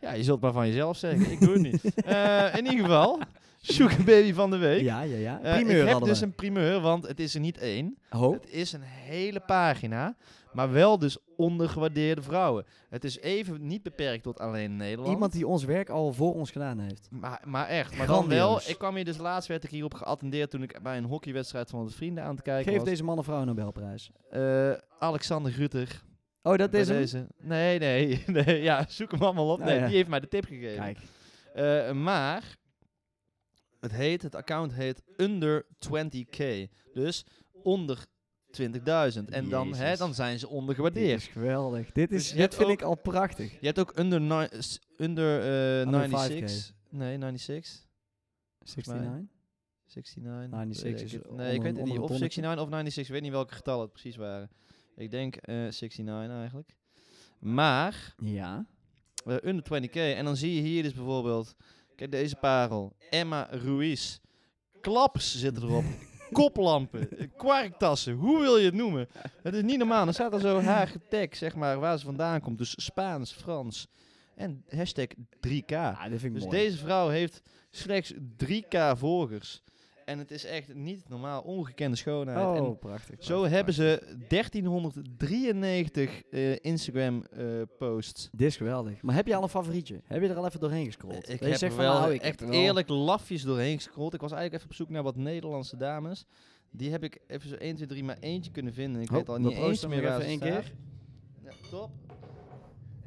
S1: Ja, je zult maar van jezelf zeggen. Ik doe het niet. Eh, in ieder geval. Sugar Baby van de week.
S2: Ja, ja, ja.
S1: Eh,
S2: Primeur
S1: ik heb
S2: hadden
S1: dus
S2: we.
S1: een primeur, want het is er niet één.
S2: Ho.
S1: Het is een hele pagina, maar wel dus ondergewaardeerde vrouwen. Het is even niet beperkt tot alleen Nederland.
S2: Iemand die ons werk al voor ons gedaan heeft.
S1: Maar, maar echt, maar dan wel.
S2: Grandioos.
S1: Ik kwam hier dus laatst, werd ik hierop geattendeerd toen ik bij een hockeywedstrijd van onze vrienden aan het kijken
S2: Geef
S1: was.
S2: deze man of vrouw een Nobelprijs.
S1: Eh, Alexander Grutter.
S2: Oh, dat
S1: bij
S2: is hem?
S1: deze. Nee, nee, nee. Ja, zoek hem allemaal op.
S2: Nou
S1: nee,
S2: ja.
S1: die heeft mij de tip gegeven.
S2: Kijk.
S1: Eh, maar het, heet, het account heet Under 20k. Dus onder 20.000. En dan, hè,
S2: Jezus.
S1: dan zijn ze
S2: Dit
S1: ondergewaardeerd.
S2: is geweldig. Dit,
S1: Dus
S2: is,
S1: je
S2: dit
S1: hebt
S2: vind
S1: ook-
S2: ik al prachtig.
S1: Je hebt ook Under, ni- s- under eh,
S2: Under
S1: 96. Nee, 96.
S2: 69?
S1: 69.
S2: 96
S1: weet Eh, ik
S2: is
S1: het.
S2: onder
S1: Nee, ik
S2: een-
S1: weet het niet.
S2: onder een
S1: Of
S2: tonnetje.
S1: 69 of 96. Ik weet niet welke getallen het precies waren. Ik denk eh 69 eigenlijk. Maar
S2: Ja.
S1: Eh, under 20k. En dan zie je hier dus bijvoorbeeld. Kijk, deze parel. Emma Ruiz. Klaps zitten erop. Koplampen. eh, Kwarktassen. Hoe wil je het noemen? Het is niet normaal. Dan staat er zo haar getag, zeg maar, waar ze vandaan komt. Dus Spaans, Frans. En hashtag 3k.
S2: Ah, dit vind ik
S1: Dus
S2: mooi.
S1: deze vrouw heeft slechts 3k volgers. En het is echt niet normaal. Ongekende schoonheid. En
S2: Oh, prachtig.
S1: zo hebben ze eh, 1393 eh, Instagram-posts.
S2: Dit is geweldig. Maar heb je al een favorietje? Heb je er al even doorheen gescrolld?
S1: Ik
S2: Dat je
S1: heb
S2: zegt
S1: er
S2: van,
S1: wel
S2: nou, ik heb
S1: echt
S2: er wel-
S1: eerlijk lafjes doorheen gescrollt. Ik was eigenlijk even op zoek naar wat Nederlandse dames. Die heb ik even zo 1, 2, 3 maar eentje kunnen vinden. Ik
S2: Ho,
S1: weet al
S2: Oh, we
S1: niet eens
S2: proosten
S1: meer
S2: hem
S1: waar
S2: even
S1: ze
S2: één keer.
S1: staan. Ja, top.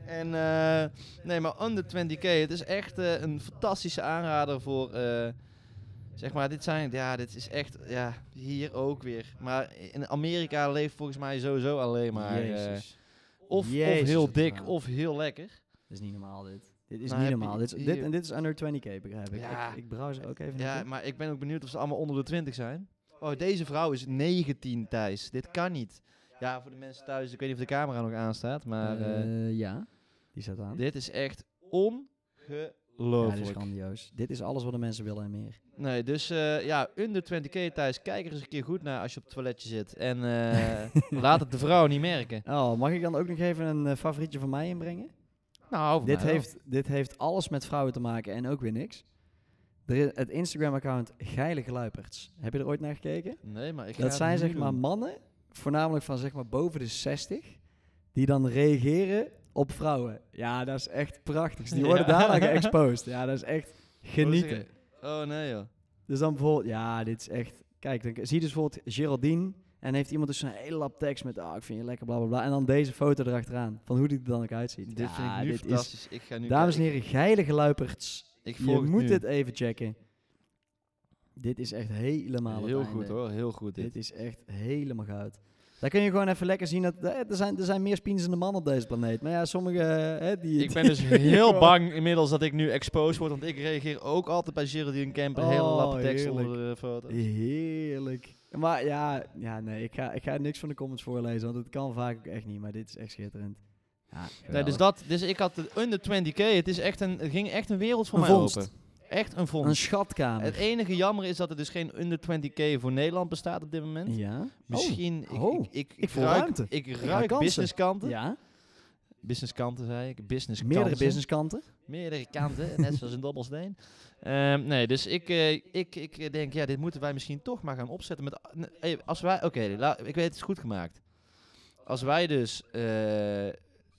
S1: En eh, nee, maar Under 20k, het is echt eh, een fantastische aanrader voor, eh, zeg maar, dit zijn, ja, dit is echt, ja, hier ook weer. Maar in Amerika leeft volgens mij sowieso alleen maar, eh,
S2: Jezus.
S1: of, of
S2: Jezus,
S1: heel
S2: wat een
S1: dik,
S2: verhaal.
S1: of heel lekker.
S2: Dit is niet normaal, dit. Dit is
S1: Nou,
S2: niet
S1: heb
S2: normaal.
S1: je
S2: Dit, is-
S1: hier-
S2: dit, en dit is under 20k, begrijp ik.
S1: Ja.
S2: Ik, ik browse ook even.
S1: Ja,
S2: naartoe.
S1: maar ik ben ook benieuwd of ze allemaal onder de 20 zijn. Oh, deze vrouw is 19, Thijs. Dit kan niet. Ja, voor de mensen thuis, ik weet niet of de camera nog aanstaat, maar eh,
S2: Eh, ja, die staat aan.
S1: dit is echt
S2: ja, dit is
S1: ongelooflijk.
S2: grandioos. Dit is alles wat de mensen willen en meer.
S1: nee, dus eh, ja, onder 20k, Thijs, kijk er eens een keer goed naar als je op het toiletje zit. En eh, laat het de vrouw niet merken.
S2: Oh, mag ik dan ook nog even een eh, favorietje van mij inbrengen?
S1: Nou, voor
S2: Dit
S1: mij wel.
S2: heeft, dit heeft alles met vrouwen te maken en ook weer niks. Er is het Instagram-account Geilige Luiperts. Heb je er ooit naar gekeken?
S1: Nee, maar ik ga
S2: Dat
S1: het
S2: zijn
S1: nu
S2: zeg maar
S1: doen.
S2: mannen, voornamelijk van zeg maar boven de 60, die dan reageren op vrouwen. Ja, dat is echt prachtig. Die worden
S1: Ja.
S2: daarna geëxposed. Ja, dat is echt genieten.
S1: Oh nee joh.
S2: Dus dan bijvoorbeeld, ja, dit is echt... Kijk, dan k- zie je dus bijvoorbeeld Geraldine en heeft iemand dus een hele lap tekst met, ah, ik vind je lekker, bla bla bla. En dan deze foto erachteraan, van hoe die er dan ook uitziet.
S1: Dit
S2: Ja,
S1: vind ik nu
S2: dit is
S1: fantastisch. ik ga nu
S2: Dames en
S1: kijken.
S2: heren, geilige luiperts.
S1: Ik
S2: Je
S1: volg het
S2: moet
S1: nu.
S2: dit even checken. Dit is echt helemaal het
S1: Heel
S2: einde.
S1: goed hoor, heel goed dit.
S2: Dit is echt helemaal goud. Daar kun je gewoon even lekker zien dat eh, er zijn, er zijn meer spienzende mannen op deze planeet. Maar ja, sommige eh, hè, die.
S1: Ik ben dus
S2: die-
S1: heel bang inmiddels dat ik nu exposed word, want ik reageer ook altijd bij Geraldine Kemper hele
S2: Oh,
S1: lappe tekst
S2: heerlijk.
S1: onder de foto.
S2: Heerlijk. Maar ja, ja nee, ik ga, ik ga niks van de comments voorlezen, want het kan vaak ook echt niet. Maar dit is echt schitterend. Ja,
S1: Nee, dus,
S2: geweldig.
S1: dat, dus ik had de under 20k, het, is echt een, het ging echt een wereld voor
S2: Een
S1: mij
S2: vondst.
S1: open. Echt een
S2: Een
S1: vondst.
S2: schatkamer.
S1: het enige jammer is dat er dus geen under 20k voor Nederland bestaat op dit moment.
S2: ja.
S1: Misschien,
S2: oh,
S1: ik, ik, ik,
S2: ik voel
S1: ruik,
S2: ruimte.
S1: ik
S2: ga
S1: ruik
S2: kansen.
S1: businesskanten.
S2: ja.
S1: Businesskanten zei ik, businesskanten.
S2: Meerdere businesskanten.
S1: Meerdere kanten, net zoals een dobbelsteen. Ehm, nee, dus ik, eh, ik, ik eh, denk, ja, dit moeten wij misschien toch maar gaan opzetten. Met, a- n- eh, als wij, oké, la- ik weet het is goed gemaakt. Als wij dus eh,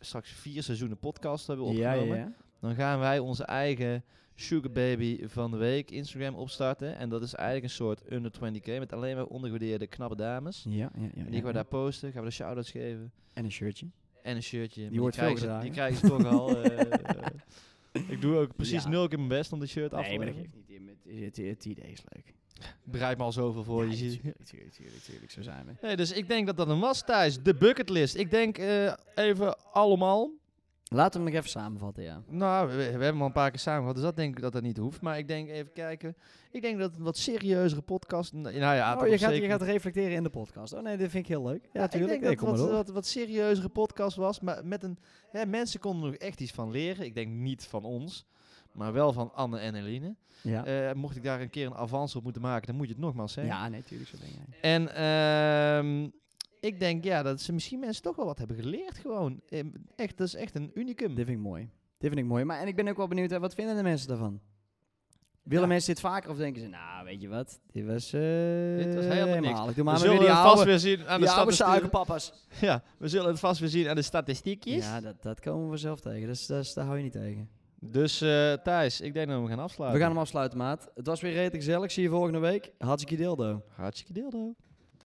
S1: straks vier seizoenen podcast hebben
S2: Ja,
S1: opgenomen,
S2: ja, ja.
S1: dan gaan wij onze eigen Sugar Baby van de week Instagram opstarten. En dat is eigenlijk een soort under 20k met alleen maar ondergewaardeerde knappe dames.
S2: Ja, ja, ja,
S1: En
S2: ja,
S1: die gaan we
S2: ja.
S1: daar posten, gaan we de shout-outs geven.
S2: En een shirtje.
S1: En een shirtje. maar
S2: wordt veel
S1: krijgen ze-
S2: gedragen.
S1: Die krijgen ze toch al. eh, eh, ik doe ook precies
S2: Ja.
S1: nul keer mijn best om dit shirt af te
S2: Nee, maar dat
S1: leveren.
S2: geeft niet. in. Het, het, het idee is leuk.
S1: Begrijp me al zoveel voor,
S2: Ja,
S1: je ziet.
S2: Tuurlijk, tuurlijk, tuurlijk, tuurlijk, zo zijn we.
S1: Nee, dus ik denk dat dat een was, Thijs. De bucketlist. Ik denk eh, even allemaal.
S2: Laten we hem nog even samenvatten, ja.
S1: Nou, we, we hebben hem al een paar keer samen gehad, dus dat denk ik dat dat niet hoeft. Maar ik denk even kijken. Ik denk dat een wat serieuzere podcast. Nou ja, toch
S2: oh, je
S1: op
S2: gaat, je
S1: zeker-
S2: gaat reflecteren in de podcast. Oh nee, dit vind ik heel leuk. Ja,
S1: Ja,
S2: tuurlijk.
S1: Ik denk
S2: Nee,
S1: dat
S2: kom maar
S1: wat,
S2: door.
S1: wat, wat serieuzere podcast was. Maar met een, hè, mensen konden er echt iets van leren. Ik denk niet van ons, maar wel van Anne en Eline.
S2: Ja.
S1: Eh, mocht ik daar een keer een avans op moeten maken, dan moet je het nogmaals zeggen.
S2: ja, nee, tuurlijk, zo ben jij.
S1: En ehm, ik denk ja, dat ze misschien mensen toch wel wat hebben geleerd gewoon. Ehm, Echt, dat is echt een unicum.
S2: Dit vind ik mooi. Dit vind ik mooi. Maar en ik ben ook wel benieuwd, hè, wat vinden de mensen daarvan? Willen
S1: Ja.
S2: mensen dit vaker of denken ze, nou weet je wat, dit was, eh
S1: Dit was helemaal niks.
S2: Ik doe
S1: we
S2: maar weer
S1: zullen
S2: die
S1: het vast
S2: oude,
S1: weer zien aan de
S2: die oude
S1: statistieken.
S2: suikerpapa's.
S1: Ja, we zullen het vast weer zien aan de statistiekjes.
S2: Ja, dat, dat komen we zelf tegen, dus, dat daar hou je niet tegen.
S1: Dus eh, Thijs, ik denk dat we gaan afsluiten.
S2: We gaan hem afsluiten maat. Het was weer redelijk gezellig, zie je volgende week. Hartstikke dildo.
S1: Hartstikke dildo.